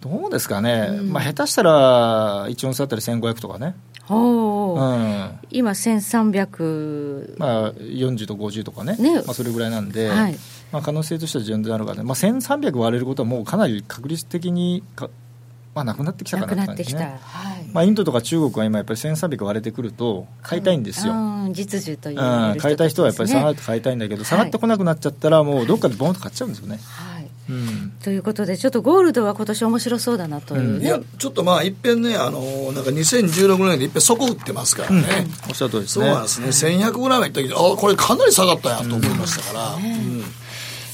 D: どうですかね、まあ、下手したら1オンスあたり1500とかね、
C: お
D: うん
C: ー
D: ま
C: 今1300
D: あ、40と50とかね、
C: ね
D: まあ、それぐらいなんで。
C: はい
D: まあ、可能性としては順であるが、ねまあ、1300割れることはもうかなり確率的にか、まあ、なくなってきた
C: な
D: か
C: く
D: な
C: なってきた、
D: 感じね
C: はい
D: まあ、インドとか中国は今やっぱり1300割れてくると買いたいんですよ、うん
C: うん実需という
D: 買いたい人はやっぱり下がると買いたいんだけ
C: は
D: ど、
C: い
D: 下がってこなくなっちゃったらもうどっかでボンと買っちゃうんですよね、
C: はい
D: うん
C: ということでちょっとゴールドは今年面白そうだなという
B: い
C: ね、
B: や、ちょっとまあ、いっぺんね、あのなんか2016年でいっぺん底打ってますからね。
D: おっしゃる通りです
B: そう
D: ね
B: なんですね。1100ぐらいまで行ったけど、あ、これかなり下がったんやと思いましたから。うん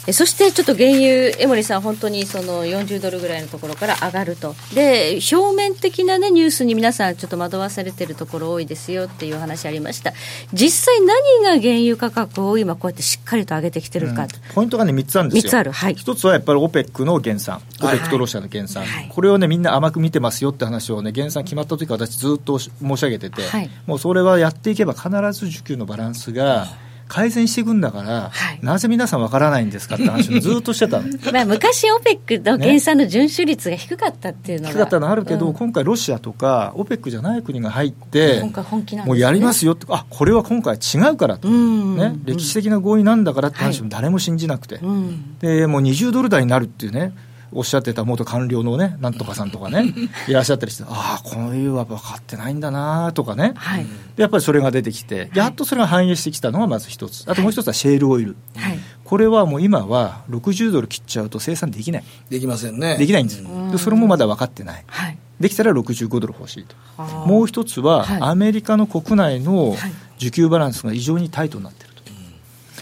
C: えそしてちょっと原油江森さん本当にその40ドルぐらいのところから上がるとで表面的なねニュースに皆さんちょっと惑わされてるところ多いですよっていう話ありました実際何が原油価格を今こうやってしっかりと上げてきてるかと、
D: ポイントがね3つあるんです
C: 三
D: よ
C: つあるはい
D: 1つはやっぱり OPEC の減産 OPEC とロシアの減産、
C: はい
D: これをねみんな甘く見てますよって話をね減産決まった時から私ずっと申し上げてて、
C: はい
D: もうそれはやっていけば必ず需給のバランスが改善していくんだか
C: は
D: ら、
C: い
D: なぜ皆さんわからないんですかって話を ずっとしてたの
C: まあ、昔 OPEC の減産の遵守率が低かったっていうのが
D: 低かったのあるけど、今回ロシアとか OPEC じゃない国が入って
C: 今回本気なんですね
D: もうやりますよってあこれは今回違うからと、
C: ん
D: ね、歴史的な合意なんだからって話も誰も信じなくて、
C: うん
D: でもう20ドル台になるっていうね、おっしゃってた元官僚のね、なんとかさんと かね、いらっしゃったりして、ああ、この家は分かってないんだなとかね、
C: はい
D: で、やっぱりそれが出てきて、やっとそれが反映してきたのがまず一つ、あともう一つはシェールオイル、
C: はい
D: これはもう今は60ドル切っちゃうと生産できない、
B: できませんね。
D: できないんです、でそれもまだ分かってない。
C: はい
D: できたら65ドル欲しいと
C: あ、ー
D: もう一つは、
C: はい
D: アメリカの国内の
C: はい
D: 需給バランスが異常にタイトになっていると、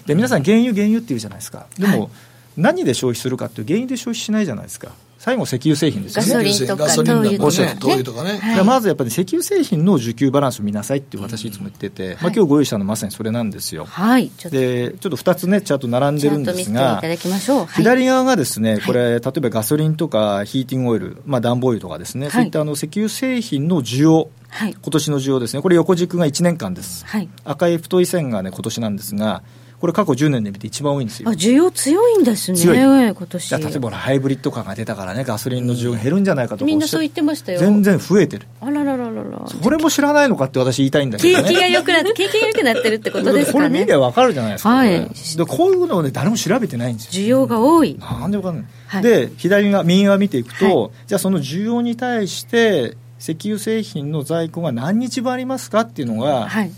D: で皆さん、原油、原油って言うじゃないですか、でも、何で消費するかっていう、原油で消費しないじゃないですか、最後、石油製品です
C: ガ
D: よね。
C: ソリンとか
B: ガソリン
C: 灯
B: だ
C: 油
B: もんね
C: とかね
B: 灯油とかね。
D: だからまずやっぱり石油製品の需給バランスを見なさいって私いつも言ってて、まあ今日ご用意したのまさにそれなんですよ。
C: はいちょっと
D: でちょっと2つねチャート並ん
C: ち
D: で
C: ゃ
D: る
C: ん
D: ん
C: と
D: で
C: 見せて
D: す
C: いた
D: が、
C: だきましょう、はい
D: 左側がですね、これ、例えばガソリンとかヒーティングオイル、まあ、暖房油とかです
C: は
D: ね、
C: い
D: そういったあの石油製品の需要、
C: はい
D: 今年の需要ですね、これ、横軸が1年間です、
C: はい
D: 赤い太い線がね、今年なんですが、これ過去10年で見て一番多いんですよ
C: あ。需要強いんですね
D: 強い
C: 今年
D: じゃあ例えばほらハイブリッドカーが出たからねガソリンの需要が減るんじゃないかとか
C: みん
D: お
C: な
D: しゃ
C: そう言ってましたよ
D: 全然増えてる
C: あららららら
D: これも知らないのかって私言いたいんだけ
C: 景
D: ど
C: 気が
D: ね
C: 良くなって 景気が良くなってるってことです
D: こ
C: か
D: れ見
C: ね
D: りゃ分かるじゃないですか、
C: はい
D: これでこういうのをね誰も調べてないんですよ
C: 需要が多い
D: なんで分かんない、
C: はい
D: で左側右側見ていくと、じゃあその需要に対して石油製品の在庫が何日分ありますかっていうのが、
C: はい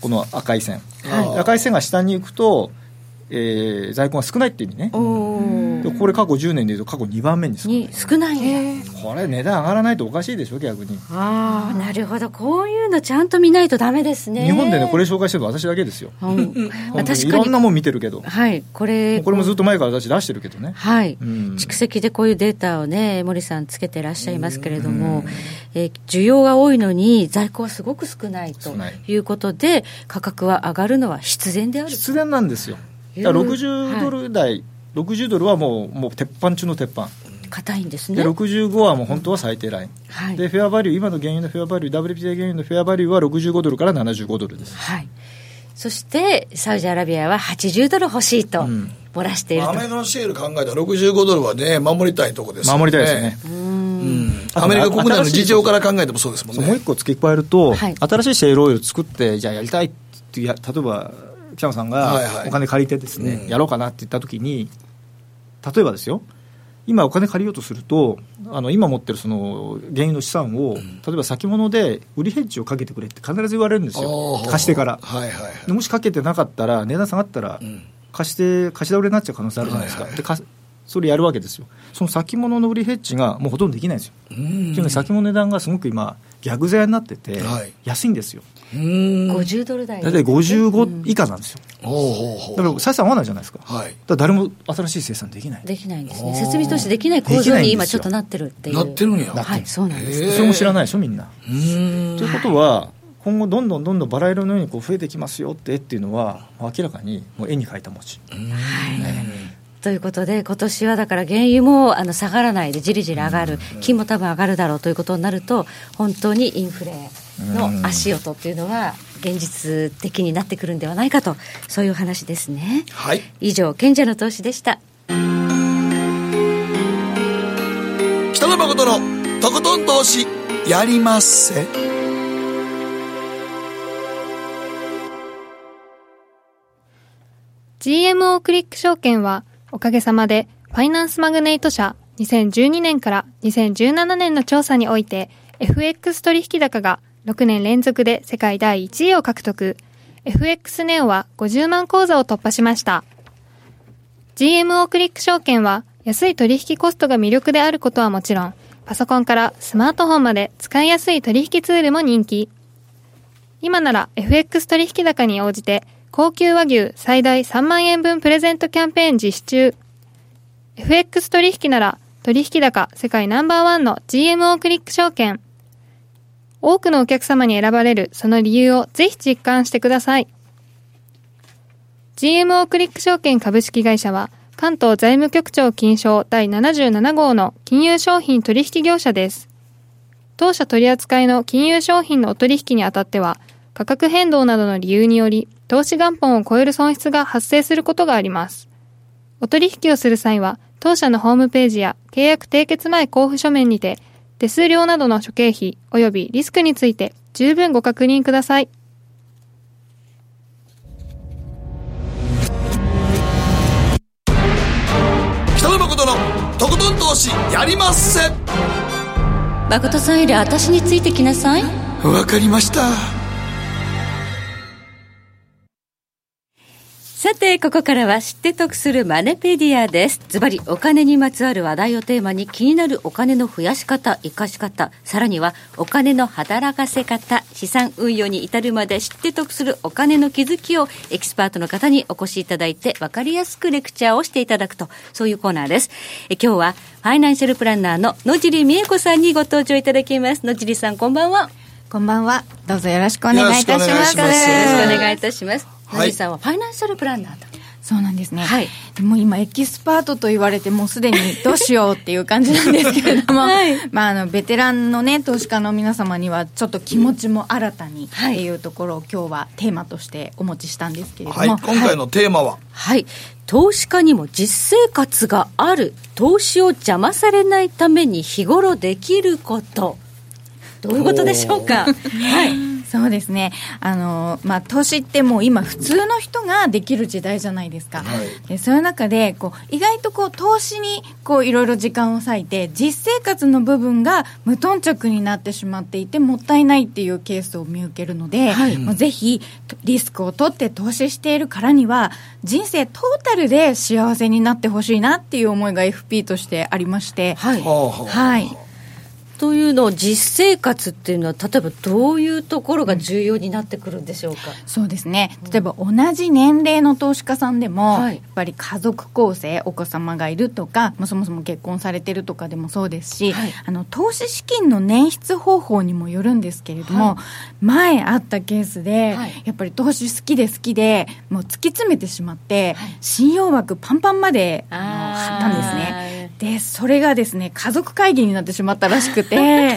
D: この赤い線、
B: はい
D: 赤い線が下に行くと、えー在庫が少ないっていう意味ね
C: おお
D: でこれ過去10年でいうと過去2番目に少ない
C: に少ないんだ
D: これ値段上がらないとおかしいでしょ逆に
C: ああなるほどこういうのちゃんと見ないとダメですね
D: 日本でねこれ紹介してるの私だけですよ
C: うん
D: 本当に
C: 確
D: い
C: か
D: ろ
C: に
D: んなもん見てるけど
C: はいこれ
D: これもずっと前から私出してるけどね
C: はい、
D: うん
C: 蓄積でこういうデータをね、江森さん、つけてらっしゃいますけれども、えー需要が多いのに、在庫はすごく少ないと
D: 少ない
C: いうことで、価格は上がるのは必然である
D: 必然なんですよだから60ドル台、60ドルはもうもう鉄板中の鉄板
C: 硬いんですね
D: で、65はもう本当は最低ライン、
C: はい
D: でフェアバリュー今の原油のフェアバリュー WTI 原油のフェアバリューは65ドルから75ドルです
C: はい、そしてサウジアラビアは80ドル欲しいと、
D: ん
C: 漏らしていると
B: アメリカのシェール考えたら65ドルはね、守りたいとこですよ
D: 守りたいですね、
B: うんアメリカ国内の事情から考えてもそうですもん
D: そうもう
B: ね
D: 一。個付け加えると、
C: はい
D: 新しいシェールオイル作って、じゃあやりたいっていうや、例えば北野さん
B: はいは
D: が
B: い
D: お金借りてですね、やろうかなって言ったときに、例えばですよ、今、お金借りようとすると、あの今持ってるその原油の資産を、例えば先物で売りヘッジをかけてくれって必ず言われるんですよ
B: お、ー
D: 貸してから。
B: はいはいはい。
D: でもしかけてなかったら、値段下がったら、貸して、貸し倒れになっちゃう可能性あるじゃないですか、
B: はいはい
D: でかそれやるわけですよ、その先物の売りヘッジがもうほとんどできないんですよ。
B: うん
D: っていうのは先の値段がすごく今、逆勢になってて
B: はい、
D: 安いんですよ、
B: うん。
C: 50ドル台
D: 大体55以下なんですよ、
B: ほうほうほう。
D: だから採算合わないじゃないですか、だか
B: はい。
D: ら誰も新しい生産できない、
C: できないんですね設備投資できない構造に今ちょっとなってるっていう
B: なってるんや。
C: はいそうなんです、
B: へえ
D: それも知らないでしょ、みんな。
B: うーん
D: ということは、今後、どんどんどんどんバラ色のようにこう増えてきますよって絵っていうのは、もう明らかにもう絵に描いた餅、
C: ということで今年はだから原油もあの下がらないでじりじり上がる金も多分上がるだろうということになると本当にインフレの足音っていうのは現実的になってくるんではないかとそういう話ですね
B: はい。
C: 以上賢者の投資でした
B: 北野誠のとことん投資やりまっせ。
A: GMO クリック証券はおかげさまでファイナンスマグネイト社2012年から2017年の調査において FX 取引高が6年連続で世界第1位を獲得 FX ネオは50万口座を突破しました GMO クリック証券は安い取引コストが魅力であることはもちろんパソコンからスマートフォンまで使いやすい取引ツールも人気今なら FX 取引高に応じて高級和牛最大3万円分プレゼントキャンペーン実施中 FX 取引なら取引高世界ナンバーワンの GMO クリック証券多くのお客様に選ばれるその理由をぜひ実感してください GMO クリック証券株式会社は関東財務局長金賞第77号の金融商品取引業者です当社取扱いの金融商品のお取引にあたっては、価格変動などの理由により、投資元本を超える損失が発生することがあります。お取引をする際は、当社のホームページや契約締結前交付書面にて、手数料などの諸経費及びリスクについて十分ご確認ください。
B: 北野誠のとことん投資やりまっせ。
C: 誠さんより私についてきなさい
B: わかりました。
C: さて、ここからは知って得するマネペディアです。ズバリ、お金にまつわる話題をテーマに気になるお金の増やし方、活かし方、さらにはお金の働かせ方、資産運用に至るまで知って得するお金の気づきをエキスパートの方にお越しいただいて分かりやすくレクチャーをしていただくと、そういうコーナーです。え今日はファイナンシャルプランナーの野尻美恵子さんにご登場いただきます。野尻さん、こんばんは。
I: こんばんは。どうぞよろしくお願いいたします。
B: よろしくお願いします
C: よろしくお願いいたします。
B: はい
C: 野尻さんはファイナンシャルプランナーと。
I: そうなんですね、
C: はい
I: でもう今エキスパートと言われてもうすでにどうしようっていう感じなんですけれども、まあ、あのベテランのね投資家の皆様にはちょっと気持ちも新たにっ
C: はい
I: ていうところを今日はテーマとしてお持ちしたんですけれども、
B: はい、今回のテーマは、
C: はい。投資家にも実生活がある。投資を邪魔されないために日頃できること。どういうことでしょうか。はい。
I: そうですねあの、まあ、投資ってもう今普通の人ができる時代じゃないですか、
B: はい
I: でそういう中でこう意外とこう投資にこういろいろ時間を割いて実生活の部分が無頓着になってしまっていてもったいないっていうケースを見受けるので、もうぜひリスクを取って投資しているからには人生トータルで幸せになってほしいなっていう思いが FP としてありまして。
C: はい。
B: はあはあ
I: はい
C: というのを実生活っていうのは例えばどういうところが重要になってくるんでしょうか、
I: そうですね例えば同じ年齢の投資家さんでも、
C: はい
I: やっぱり家族構成お子様がいるとか、まあ、そもそも結婚されてるとかでもそうですし、
C: はい
I: あの投資資金の捻出方法にもよるんですけれども、前あったケースで、
C: はい
I: やっぱり投資好きで好きでもう突き詰めてしまって、信用枠パンパンまであの貼
C: あー
I: ったんですねでそれがですね家族会議になってしまったらしく て。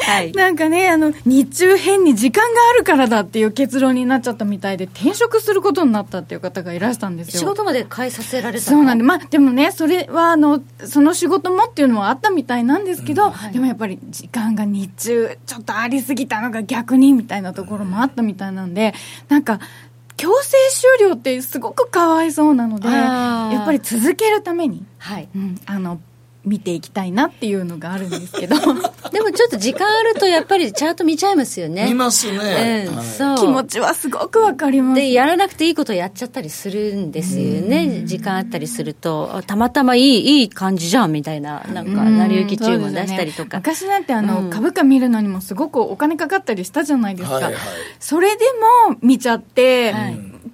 C: はい
I: なんかねあの日中変に時間があるからだっていう結論になっちゃったみたいで転職することになったっていう方がいらしたんですよ
C: 仕事まで変えさせられた
I: そうなんでまあでもねそれはあのその仕事もっていうのはあったみたいなんですけど、でもやっぱり時間が日中ちょっとありすぎたのが逆にみたいなところもあったみたいなんでなんか強制終了ってすごくかわいそうなので
C: あー
I: やっぱり続けるために、
C: はい
I: うん、あの見ていきたいなっていうのがあるんですけど。
C: でもちょっと時間あるとやっぱりチャート見ちゃいますよね
B: 見ますね。
C: うん
B: はい
C: そう
I: 気持ちはすごくわかります。
C: でやらなくていいことやっちゃったりするんですよね時間あったりするとあたまたまいいいい感じじゃんみたいななんか成り行き注文出したりとか、
I: そうですよね昔なんてあの、
C: うん
I: 株価見るのにもすごくお金かかったりしたじゃないですか、
B: はいはい
I: それでも見ちゃって、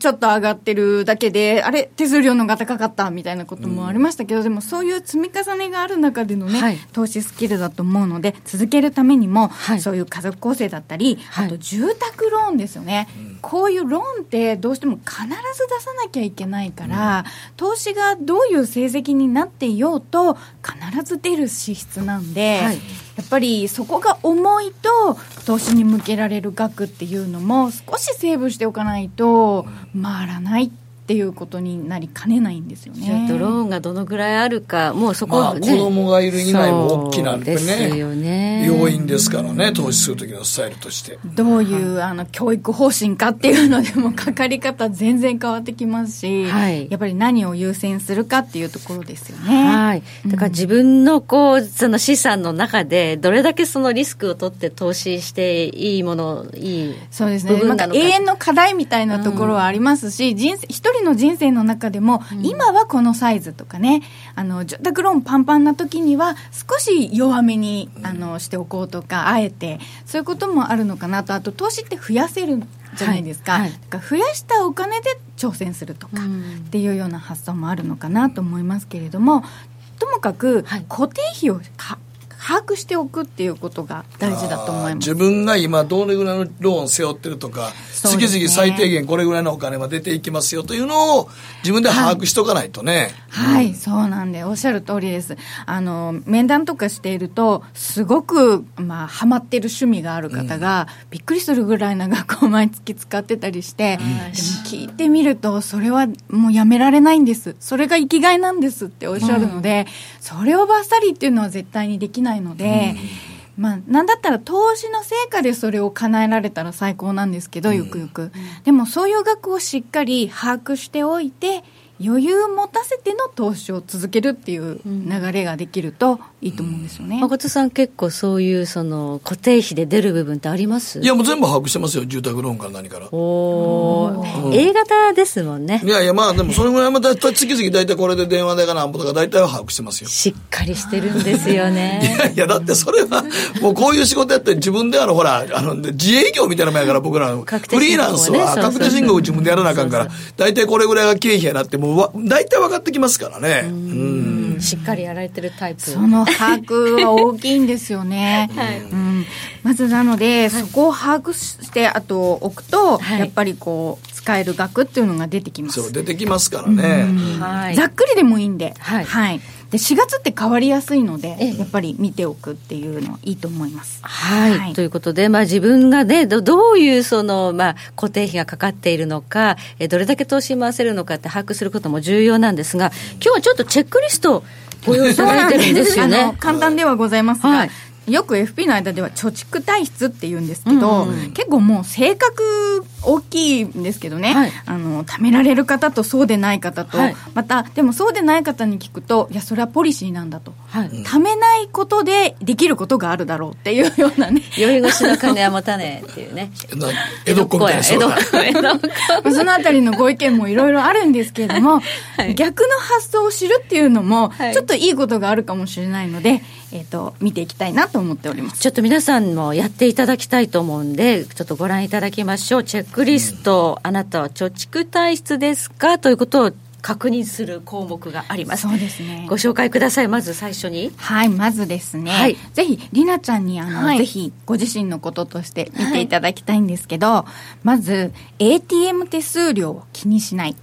I: ちょっと上がってるだけであれ手数料のが高かったみたいなこともありましたけど、でもそういう積み重ねがある中でのね、
C: はい
I: 投資スキルだと思うので続けるためにも、
C: はい
I: そういう家族構成だったり、
C: はい
I: あと住宅ローンですよね、こういうローンってどうしても必ず出さなきゃいけないから、投資がどういう成績になっていようと必ず出る支出なんで、
C: はい
I: やっぱりそこが重いと投資に向けられる額っていうのも少しセーブしておかないと回らないっていうことになりかねないんですよ
C: ちょ
I: ね
C: っ。とローンがどのぐらいあるかもうそこ
B: まあ、子
C: ね、
B: 供がいる以外も大きな、
C: そうですよね
B: 要因ですからね、投資する時のスタイルとして。
I: どういうあの教育方針かっていうのでもかかり方全然変わってきますし、
C: はい
I: やっぱり何を優先するかっていうところですよね。
C: はい。だから自分のこう、その資産の中で、どれだけそのリスクを取って投資していいもの、いい。
I: そうですね。
C: 部
I: なん
C: 分な
I: か
C: の
I: 永
C: か
I: 遠の課題みたいなところはありますし、人生、一人の人生の中でも、今はこのサイズとかね、あの、住宅ローンパンパンな時には、少し弱めに、あの、しておこうとか、あえて、そういうこともあるのかなと、あと投資って増やせるじゃないですか。
C: はいはい
I: だから増やしたお金で挑戦するとか、っていうような発想もあるのかなと思いますけれども、ともかく、
C: はい
I: 固定費をか把握しておくっていうことが大事だと思います。
B: 自分が今どれぐらいのローンを背負ってるとか、
I: そう
B: 次
I: ですね
B: 々最低限これぐらいのお金は出ていきますよというのを自分で把握しとかないとね。
I: はい、そうなんで、おっしゃる通りです。あの、面談とかしていると、すごく、まあ、ハマってる趣味がある方が、びっくりするぐらいな額を毎月使ってたりして、でも聞いてみると、それはもうやめられないんです。それが生きがいなんですっておっしゃるので、それをバッサリっていうのは絶対にできないので、まあ、なんだったら投資の成果でそれを叶えられたら最高なんですけど、ゆくゆく。でもそういう額をしっかり把握しておいて、余裕を持たせての投資を続けるっていう流れができるといいと思うんですよね。
C: 誠さん結構そういうその固定費で出る部分ってあります
B: いやもう全部把握してますよ、住宅ローンから何から。
C: おー A 型ですもんね
B: い。やいやまあでもそれぐらいまた次々大体これで電話代がなんぼとか大体は把握してますよ。
C: しっかりしてるんですよ
B: い
C: ね。
B: や いや、だってそれは、もうこういう仕事やって自分であの、ほら、あの、自営業みたいなもんやから僕ら、フ
C: 確定申告をね
B: リーランスは
C: そうそうそう
B: 確定申告を自分でやらなあかんから、大体これぐらいが経費やなって、もうわ、大体分かってきますからね。うん。
C: うんしっかりやられてるタイプ。
I: その把握は大きいんです よね。うん、まずなので、そこを把握してあと置くと、
C: はい
I: やっぱりこう使える額っていうのが出てきます
B: そう出てきますからね、
C: はい
I: ざっくりでもいいんで、
C: は
I: はいいで4月って変わりやすいので、
C: ええ
I: やっぱり見ておくっていうのいいと思います。
C: はい、
I: はい
C: ということで、まあ、自分がねど、どういうその、まあ、固定費がかかっているのか、えどれだけ投資に回せるのかって把握することも重要なんですが、今日はちょっとチェックリストをご用意いただいてるんですよ
I: あの
C: ね。
I: 簡単ではございますが、
C: はい
I: よく FP の間では貯蓄体質って言うんですけど、結構もう性格大きいんですけどね、
C: はい
I: あの貯められる方とそうでない方と、
C: はい
I: またでもそうでない方に聞くといやそれはポリシーなんだと、
C: はい
I: 貯めないことでできることがあるだろうっていうよ うなね
C: 酔い腰の金は持たねえっていうね。
B: な江戸っ子みたいな人
C: 江戸っ
B: が
C: 子や江戸っ子。
I: まあそのあたりのご意見もいろいろあるんですけれども、
C: はい
I: 逆の発想を知るっていうのも、
C: はい
I: ちょっといいことがあるかもしれないので、えっと見ていきたいなと思っております。
C: ちょっと皆さんもやっていただきたいと思うんで、ちょっとご覧いただきましょう。チェックリスト、あなたは貯蓄体質ですかということを確認する項目があります。
I: そうですね
C: ご紹介ください、まず最初に。
I: はい、まずですね、
C: はい
I: ぜひ、りなちゃんに、あの、
A: はい
I: ぜひ、ご自身のこととして見ていただきたいんですけど、まず、ATM 手数料を気にしない。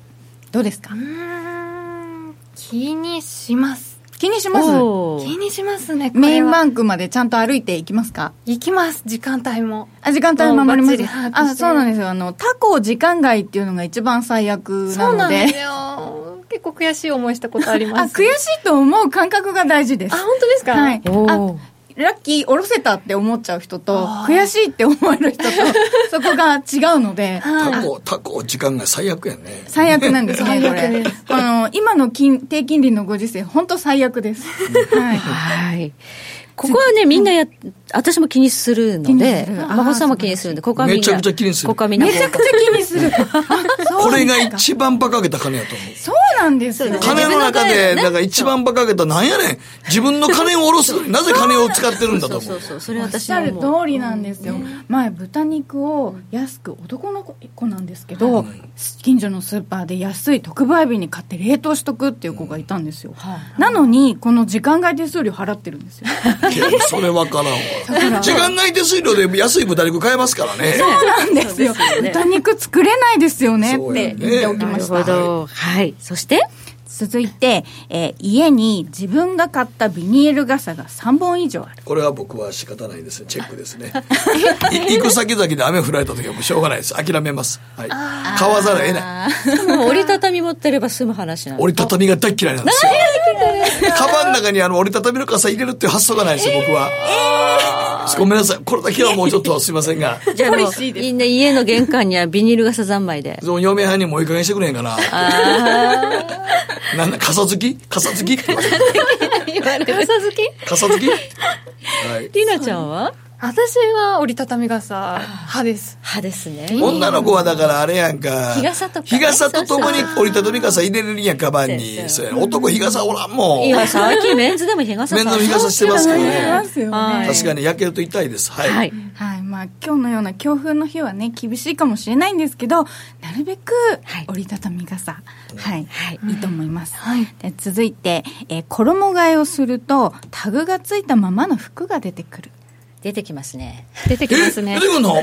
I: どうですか
A: うーん気にします
I: 気にします
C: おー
A: 気にしますねこれは
I: メインバンクまでちゃんと歩いていきますか
A: 行きます時間帯も
I: あ時間帯守り
A: も
I: ま
A: うバッチリ
I: す
A: 把握し
I: あ
A: て
I: そうなんですよあの他校時間外っていうのが一番最悪な
A: そうなん
I: ので
A: ですよ結構悔しい思いしたことあり
I: あ
A: ます
I: 悔しいと思う感覚が大事です
A: あ本当ですか
I: はい、
C: おー
I: あラッキー下ろせたって思っちゃう人と
A: あー
I: 悔しいって思え る人とそこが違うので
B: タコタコ時間が最悪やね
I: 最悪なんですね、
A: 最
I: こ
A: 悪
I: れ
A: で。
I: この、今の金、低金利のご時世、本当最悪です。はい。
C: はい。ここはね、みんなや、私も気にするの
I: 気に、
C: です
I: るあー
C: 孫さんも気にするんで、ここはみんな。
B: めちゃくちゃ気にする
C: ここはみんな。
I: めちゃくちゃ気にする。
B: これが
I: 一
B: 一番馬鹿げた金やと思う
I: そうなんですよ。
B: 金の中で、なんか一番馬鹿げた、なんやねん。自分の金を下ろすのになぜ金を使ってるんだと思
C: そうそうう。そう、それ
I: おっ
C: 私
I: しゃる
C: も
I: 通
C: 思う。
I: りなんですよ、前豚肉を安く男の子子なんですけど、近所のスーパーで安い特売日に買って冷凍しとくっていう子がいたんですよ、
C: はい
I: なのにこの時間外手数料払ってるんですよ
B: いやそれわからんわ。時間外手数料で安い豚肉買えますからね。
I: そうなんですよ
C: そうですよね
I: 豚肉作れないですよねっ
B: そうよね
I: て言っておき
C: な
I: ま
C: る
I: し
C: ほ
I: た
C: ど。はい。そして、
I: 続いて、えー家に自分が買ったビニール傘が3本以上ある
B: これは僕は仕方ないですね。チェックですね。い行く先々で雨降られた時はもうしょうがないです。諦めます。はい。買わざるを得ない。
C: しかも折りたたみ持ってれば済む話なんで。
B: 折りたたみが大嫌いなんですよ。カバンの中にあの折りたたみの傘入れるっていう発想がないです、僕は。ごめんなさい。これだけはもうちょっとすいません が。
C: じゃあも
I: ポ
C: う
I: リシーです
C: みんな家の玄関にはビニール傘三昧 で。
B: その嫁はんにもいい加減してくれへんかな。なんだ、傘付き傘 付き
A: 傘好き
B: 傘付きはい。
C: りなちゃんは
A: 私は折りたたみ傘派です
C: 歯ですね。
B: 女の子はだからあれやんか。
C: 日傘とかね
B: 日傘とともに折りたたみ傘入れれるんやん、カバン
C: そう
B: に。
C: そ
B: そうや男日傘おらんもん。
C: 今最近メンズでも日傘
B: 面
C: 買う
B: の日傘してますから
I: ま
B: ね。
I: すよ
C: は
I: ね
B: 確かに焼けると痛いです。はい。
C: はい。
I: はいまあ、今日のような強風の日はね厳しいかもしれないんですけどなるべく
C: はい
I: 折りたたみ傘、はい
C: はい
I: い、いと思います、
A: はい
I: で続いて、えー衣替えをするとタグがついたままの服が出てくる
C: 出てきますね。
A: 出てきま
B: え
A: すね
B: 出てくんの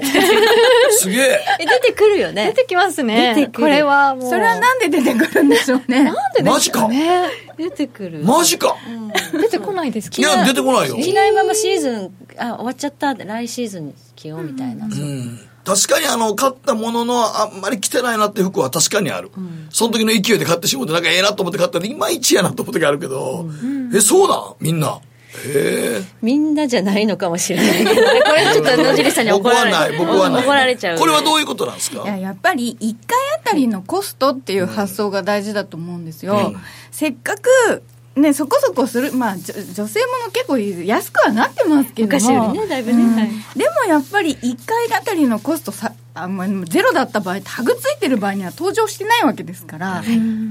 B: すげえ。
C: え、出てくるよね
A: 出。てきますね
C: 出てくる
A: これはもう
I: それはなんで出てくるんでしょうね
B: マジか。
A: ね
C: 出てくる。
B: マジか。
A: 出てこないです
B: い
A: けど
B: や、出てこないよ。
C: 着ないままシーズン、あ、終わっちゃったって、来シーズンに着ようみたいな。
B: うん確かにあの、買ったものの、あんまり着てないなっていう服は確かにある。その時の勢いで買ってしまって、なんかええなと思って買ったら、いまいちやなと思ってあるけど、え、そうだみんな。へえ。
C: みんなじゃないのかもしれないけどね。 これちょっと野尻さんに怒られ
B: 僕はない、僕はない。
C: 怒られちゃう。
B: これはどういうことなんですか
I: いややっぱり1回あたりのコストっていう発想が大事だと思うんですよ、せっかくね、そこそこする、まあ、じょ女性もの結構安くはなってますけども
C: 昔よりねだいぶね
I: うん
C: はい
I: でもやっぱり1回あたりのコストさあまあゼロだった場合タグついてる場合には登場してないわけですから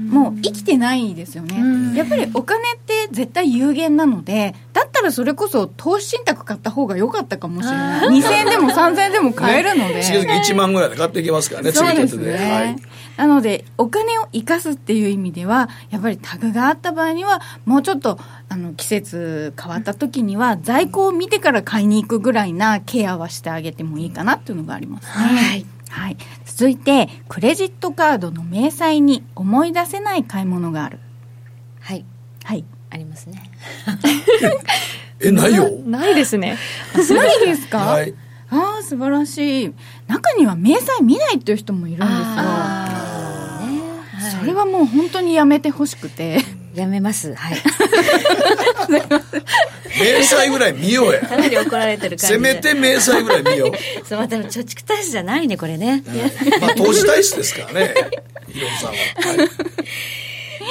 I: もう生きてないですよねやっぱりお金って絶対有限なのでだったらそれこそ投資信託買った方が良かったかもしれない2000円でも3000円でも買えるの で、
B: 次々1万ぐらいで買っていきますからね、
I: そう
B: 次
I: です
B: 々で。は
I: ね
B: い。。
I: なので、お金を生かすっていう意味では、やっぱりタグがあった場合には、もうちょっと、あの、季節変わった時には、在庫を見てから買いに行くぐらいなケアはしてあげてもいいかなっていうのがありますね。はい。はい。続いてクレジットカードの明細に思い出せない買い物がある
C: はい
I: はい
C: ありますね
B: え、ないよ。
A: ないですね。
I: ないですか、
B: はい。
I: ああ素晴らしい中には明細見ないという人もいるんですよそれはもう本当にやめてほしくて
C: やめますはい
B: 明細ぐらい見ようや。
C: かなり怒られてる感 じ
B: せ
C: で
B: めて明細ぐらい見よ う。
C: そうまあでも貯蓄大使じゃないねこれね、
B: まあ、投資大使ですからね。ヒロミさんは。はい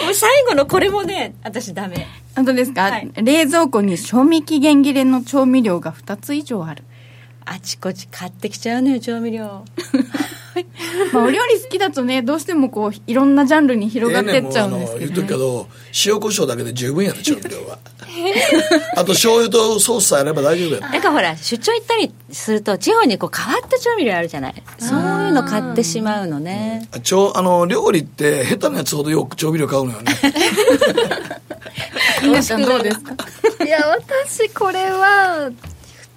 C: もう最後のこれもね私ダメ
I: 本当ですか、
C: はい
I: 冷蔵庫に賞味期限切れの調味料が2つ以上ある、
C: あちこち買ってきちゃうのよ調味料
I: まあ、お料理好きだとねどうしてもこういろんなジャンルに広がってっちゃうんです
B: ええねもうあの言う
I: け
B: と
I: ど、
B: くけど塩コショウだけで十分やね調味料は あと醤油とソースさえあれば大丈夫や
C: なんかほら出張行ったりすると地方にこう変わった調味料あるじゃないそういうの買ってしまうのね
B: ちょあの料理って下手なやつほどよく調味料買うのよね
I: 皆さんどうですか
A: いや、私、これは、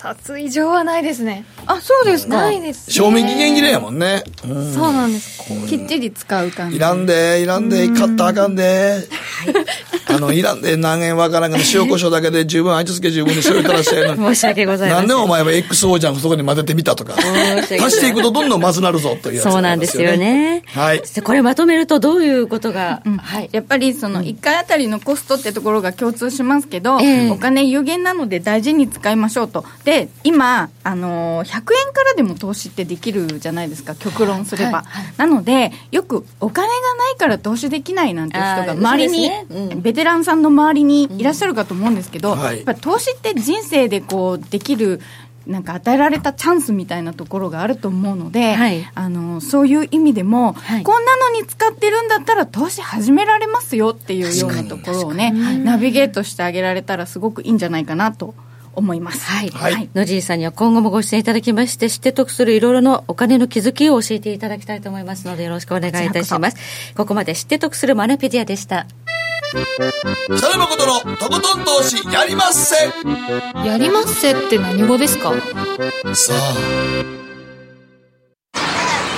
A: 二つ以上はないですね。
I: あそうですか
A: ないです、ね。
B: 賞味期限切れやもんね、うん
A: そうなんです。
I: きっちり使う感
B: い
I: じ
B: らんでいらんで買ったらあかんで あのいらんで何円わからんけど塩コショウだけで十分味付け十分に醤油垂らしてやるのに
C: 申し 訳ございま
B: な
C: せ
B: ん
C: ん
B: でお前は XO じゃんそこに混ぜてみたとか
C: 申し訳ございません
B: 足していくとどんどんまずなるぞというやつ
C: そうなんですよね
B: はい
C: でこれまとめるとどういうことが、はい
I: やっぱりその1回あたりのコストってところが共通しますけど、
C: ええ
I: お金有限なので大事に使いましょうとで今、あのー100円からでも投資ってできるじゃないですか極論すれば、
C: はい
I: なのでよくお金がないから投資できないなんていう人が
C: あー
I: 周りに、
C: そうですねうん
I: ベテランさんの周りにいらっしゃるかと思うんですけど、
B: うんはい
I: やっぱ投資って人生でこうできるなんか与えられたチャンスみたいなところがあると思うので、
C: はい
I: あのそういう意味でも、
C: はい
I: こんなのに使ってるんだったら投資始められますよっていうようなところをねナビゲートしてあげられたらすごくいいんじゃないかなと思います。
C: はい、
B: はい
C: 野尻さんには今後もご出演いただきまして知って得するいろいろなお金の気づきを教えていただきたいと思いますのでよろしくお願いいたしますここまで知って得するマネペディアでした
B: 北野誠のとことん投資やりまっせ
A: やりますせって何語ですか
B: さあ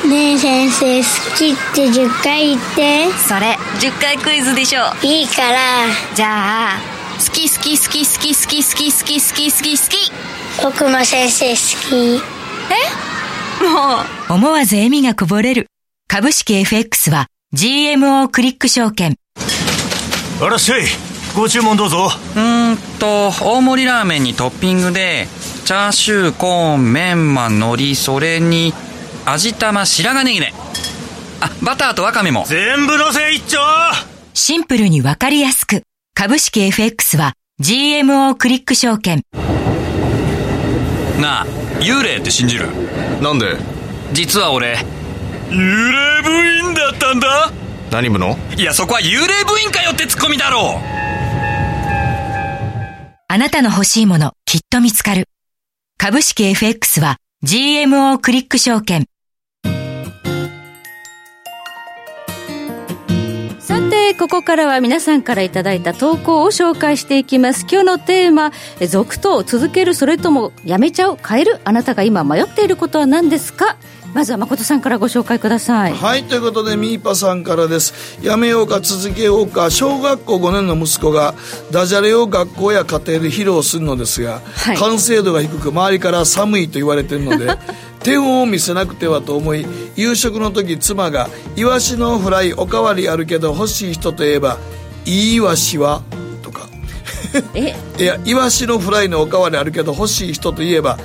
E: ねえ先生好きって10回言って
F: それ10回クイズでしょ
E: いいから
F: じゃあ好き好き好き好き好き好き好き好き好き好き
E: 僕も先生好き
F: 思わず笑みがこぼれる株式 FX は GMO クリック証券
H: あらっしゃいご注文どうぞ
J: うーんと大盛りラーメンにトッピングでチャーシューコーンメンマ海苔それに味玉白髪ネギであバターとワカメも
H: 全部のせ一丁
F: シンプルにわかりやすく株式 FX は GMO クリック証券
J: なあ幽霊って信じる
G: なんで
J: 実は俺
H: 幽霊部員だったんだ
G: 何部の
J: いやそこは幽霊部員かよってツッコミだろ
F: あなたの欲しいものきっと見つかる株式 FX は GMO クリック証券
C: さて、ここからは皆さんからいただいた投稿を紹介していきます。今日のテーマ、え続投、続ける、それともやめちゃう、変える、あなたが今迷っていることは何ですかまずは誠さんからご紹介ください。
B: はいということでみーぱさんからですやめようか続けようか小学校5年の息子がダジャレを学校や家庭で披露するのですが、
C: はい
B: 完成度が低く周りから寒いと言われているの で手本を見せなくてはと思い夕食の時妻が「イワシのフライおかわりあるけど欲しい人といえばいいイワシは?」とか
C: え、
B: いやイワシのフライのおかわりあるけど欲しい人といえば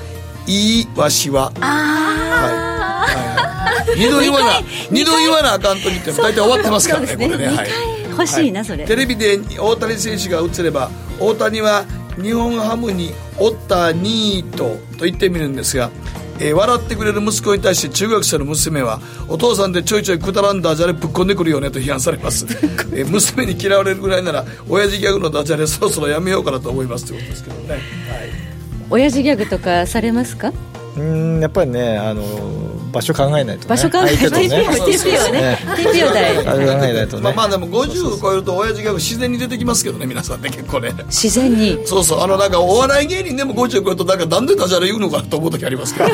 B: いいわしははいはい二度言わな二度言わなあかん時って大体終わってますからね
C: そうですね
B: これね、はい、
C: 欲しいな、それ。
B: テレビで大谷選手が映れば大谷は日本ハムに「おったにーと」と言ってみるんですが、えー笑ってくれる息子に対して中学生の娘は「お父さんでちょいちょいくだらんダジャレぶっこんでくるよね」と批判されます、えー娘に嫌われるぐらいなら親父ギャグのダジャレそろそろやめようかなと思いますということですけどね、はい
C: 親父ギャグとかされますか
D: うんやっぱりねあの場所考えないと、ね、
C: 場所考えないと TP をね TP を大事
D: あれ考えないとね
B: まあまあでも50を超えると親父が自然に出てきますけどね皆さんね結構ね
C: 自然に
B: そうそうあのなんかお笑い芸人でも50を超えるとなんかなんでダジャレ言うのかなと思う時ありますけど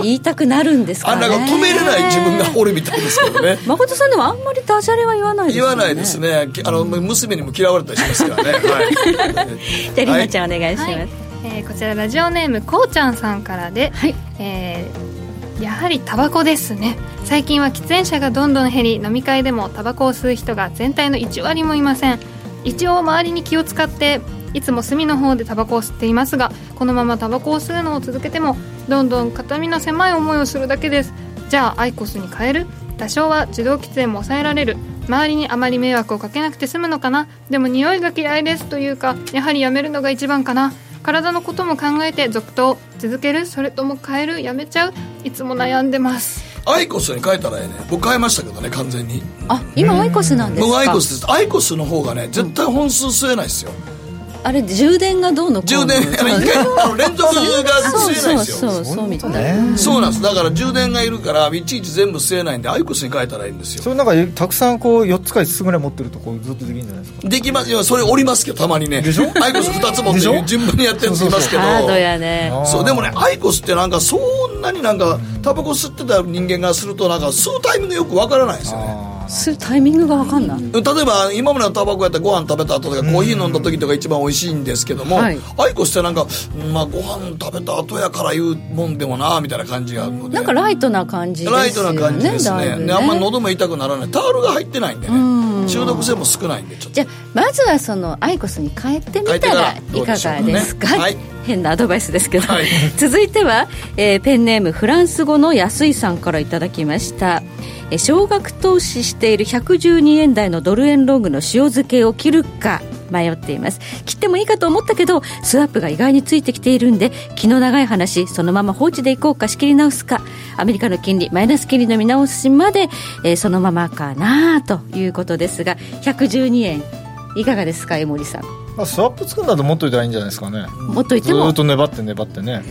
C: 言いたくなるんですか
B: あな
C: ね
B: んか止めれない自分がおるみたいですけどね
C: 誠さんでもあんまりダジャレは言わないです
B: 言
C: よね
B: わないですねきあの娘にも嫌われたりします からねはい
C: じゃありなちゃんお願いします、
A: えーこちらラジオネームこうちゃんさんからで、えーやはりタバコですね最近は喫煙者がどんどん減り飲み会でもタバコを吸う人が全体の1割もいません一応周りに気を使っていつも隅の方でタバコを吸っていますがこのままタバコを吸うのを続けてもどんどん片身の狭い思いをするだけですじゃあアイコスに変える多少は自動喫煙も抑えられる周りにあまり迷惑をかけなくて済むのかなでも匂いが嫌いですというかやはりやめるのが一番かな体のことも考えて続投続けるそれとも変えるやめちゃういつも悩んでます
B: アイコスに変えたらええね僕変えましたけどね完全に
C: あ今アイコスなんですか
B: 僕アイコスですアイコスの方がね絶対本数吸えないですよ
C: あれ充電がどうのこう
B: 充
C: の
B: 電あの一回あの連続が
C: そう
B: 吸えない
C: そう
B: ですよ
C: そうそうみたいな
B: そうなんですだから充電がいるからいちいち全部吸えないんでアイコスに変えたらいいんですよ
D: それなんかたくさんこう4つか5つぐらい持ってるとこうずっとできるんじゃないですか
B: できますよそれおりますけどたまにね
D: でしょ
B: アイコス2つ持って
D: でし
B: る
D: ょ
B: 順番にやってる人いますけど
C: ハードやね
B: そうでもねアイコスってなんかそんなになんかタバコ吸ってた人間がするとなんか吸うタイミングよくわからないですよね
C: するタイミングが分かんない
B: 例えば今までのタバコやったらご飯食べた後とかコーヒー飲んだ時とか一番美味しいんですけども、
C: はい
B: アイコスってなんか、うんまあ、ご飯食べた後やから言うもんでもなみたいな感じがあるので
C: なんかライトな感じですよ
B: ラ
C: ね
B: イトな感じです
C: だ
B: ね
C: いぶ
B: であんま喉も痛くならないタオルが入ってないんでね中毒性も少ないんでちょっと
C: じゃあまずはそのアイコスに変えてみたらいかがで
B: 変えて
C: すか、
B: からどうでしょうかねはい
C: 変なアドバイスですけど、
B: はい
C: 続いては、えーペンネームフランス語の安井さんからいただきましたえー少額投資している112円台のドル円ロングの塩漬けを切るか迷っています切ってもいいかと思ったけどスワップが意外についてきているんで気の長い話そのまま放置でいこうか仕切り直すかアメリカの金利マイナス金利の見直しまで、えーそのままかなということですが112円いかがですか江森さん
D: まあスワップつくんだと持っといたらいいんじゃないですかね
C: もっとい
D: ず
C: ても
D: ーっと粘って粘ってね、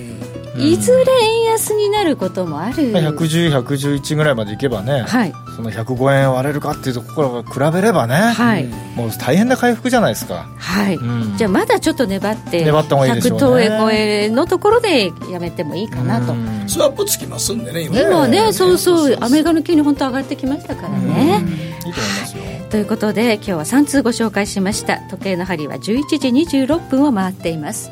C: いずれ円安になることもある、
D: まあ110111ぐらいまでいけばね、
C: はい
D: その105円割れるかっていうところから比べればね、
C: はい
D: もう大変な回復じゃないですか
C: はい、
D: うん
C: じゃあまだちょっと粘って
D: 粘った方がいいでしょうね
C: 100等円超えのところでやめてもいいかなと、
D: うん
B: スワップつきますんでね今
C: 今ね、そうそ
B: そ
C: う
B: う
C: アメリカの金利本当上がってきましたからね、
D: いいと思いますよ
C: ということで今日は3通ご紹介しました時計の針は11時26分を回っています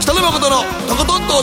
B: 北野誠のとことん投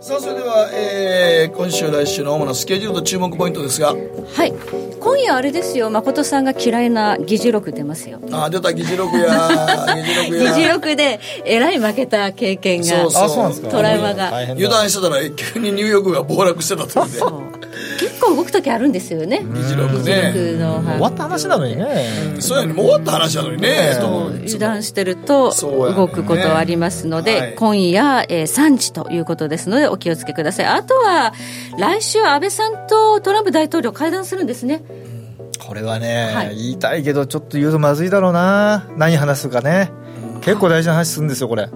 B: さあそれでは、えー今週来週の主なスケジュールと注目ポイントですが
C: はい今夜あれですよ誠さんが嫌いな議事録出ますよ
B: あー出た議事録や議事録
C: 議事
B: や
C: 録でえらい負けた経験が
B: そうそう
D: あそうなんですか
C: トラウマが
D: 大変だ
B: 油断してたら急にニューヨークが暴落してたというね
C: 結構動く時あるんですよね議
B: 事録ね
C: 事録の
D: 終わった話なのにね
B: そうやねもう終わった話なのにねと思う
C: 油断してると
B: そうやね
C: 動くことはありますので、
B: はい
C: 今夜、えー3時ということですのでお気をつけくださいあとは来週安倍さんとトランプ大統領会談するんですね
D: これはね、
C: はい
D: 言いたいけどちょっと言うとまずいだろうな何話すかね結構大事な話するんですよこれ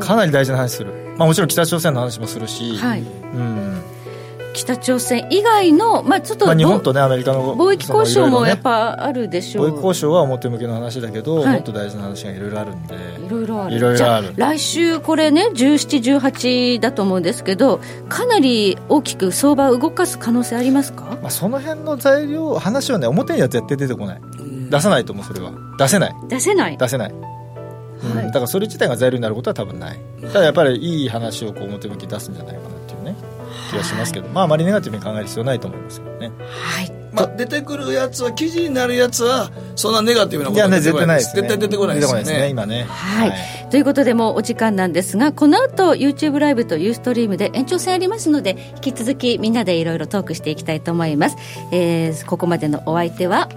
D: かなり大事な話する、まあ、もちろん北朝鮮の話もするし、
C: はい
D: うん
C: 北朝鮮以外の、まあ、ちょっと、
D: まあ、日本とねアメリカの
C: 貿易交渉
D: そ
C: も
D: のいろいろね
C: やっぱあるでしょ
D: 貿易
C: う
D: 交渉は表向けの話だけど、
C: はい
D: もっと大事な話がいろいろあるんで
C: いろいろある
D: いろい
C: じ
D: ろ
C: ゃ
D: あ
C: あ
D: る
C: 来週これね1718だと思うんですけどかなり大きく相場を動かす可能性ありますか
D: まあ、その辺の材料話をね表には絶対出てこない出さないと思うそれは出せない
C: 出せない
D: 出せない、うんだからそれ自体が材料になることは多分ないただやっぱりいい話をこう表向きに出すんじゃないかなっていうね気がしますけど、まああまりネガティブに考える必要ないと思いますけどね
C: はい
B: まあ、出てくるやつは記事になるやつはそんなネガティブなこ
D: い
B: と
D: や
B: は
D: ね
B: 出て
D: 絶
B: こ
D: 対
B: な
D: ないい
B: で
D: ですす
B: ね絶
D: ね
B: 対出てこないですよ
D: 出てこないですね
B: ね
D: 今ね
C: はい、ということでもうお時間なんですがこの後 YouTube ライブとユーストリームで延長戦ありますので引き続きみんなでいろいろトークしていきたいと思います、えーここまでのお相手は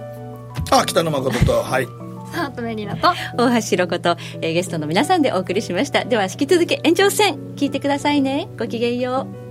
B: あ北野誠とはい
A: さあ、とメリナと、
C: 大橋ロコと、えーゲストの皆さんでお送りしました。では、引き続き延長戦、聞いてくださいね。ごきげんよう。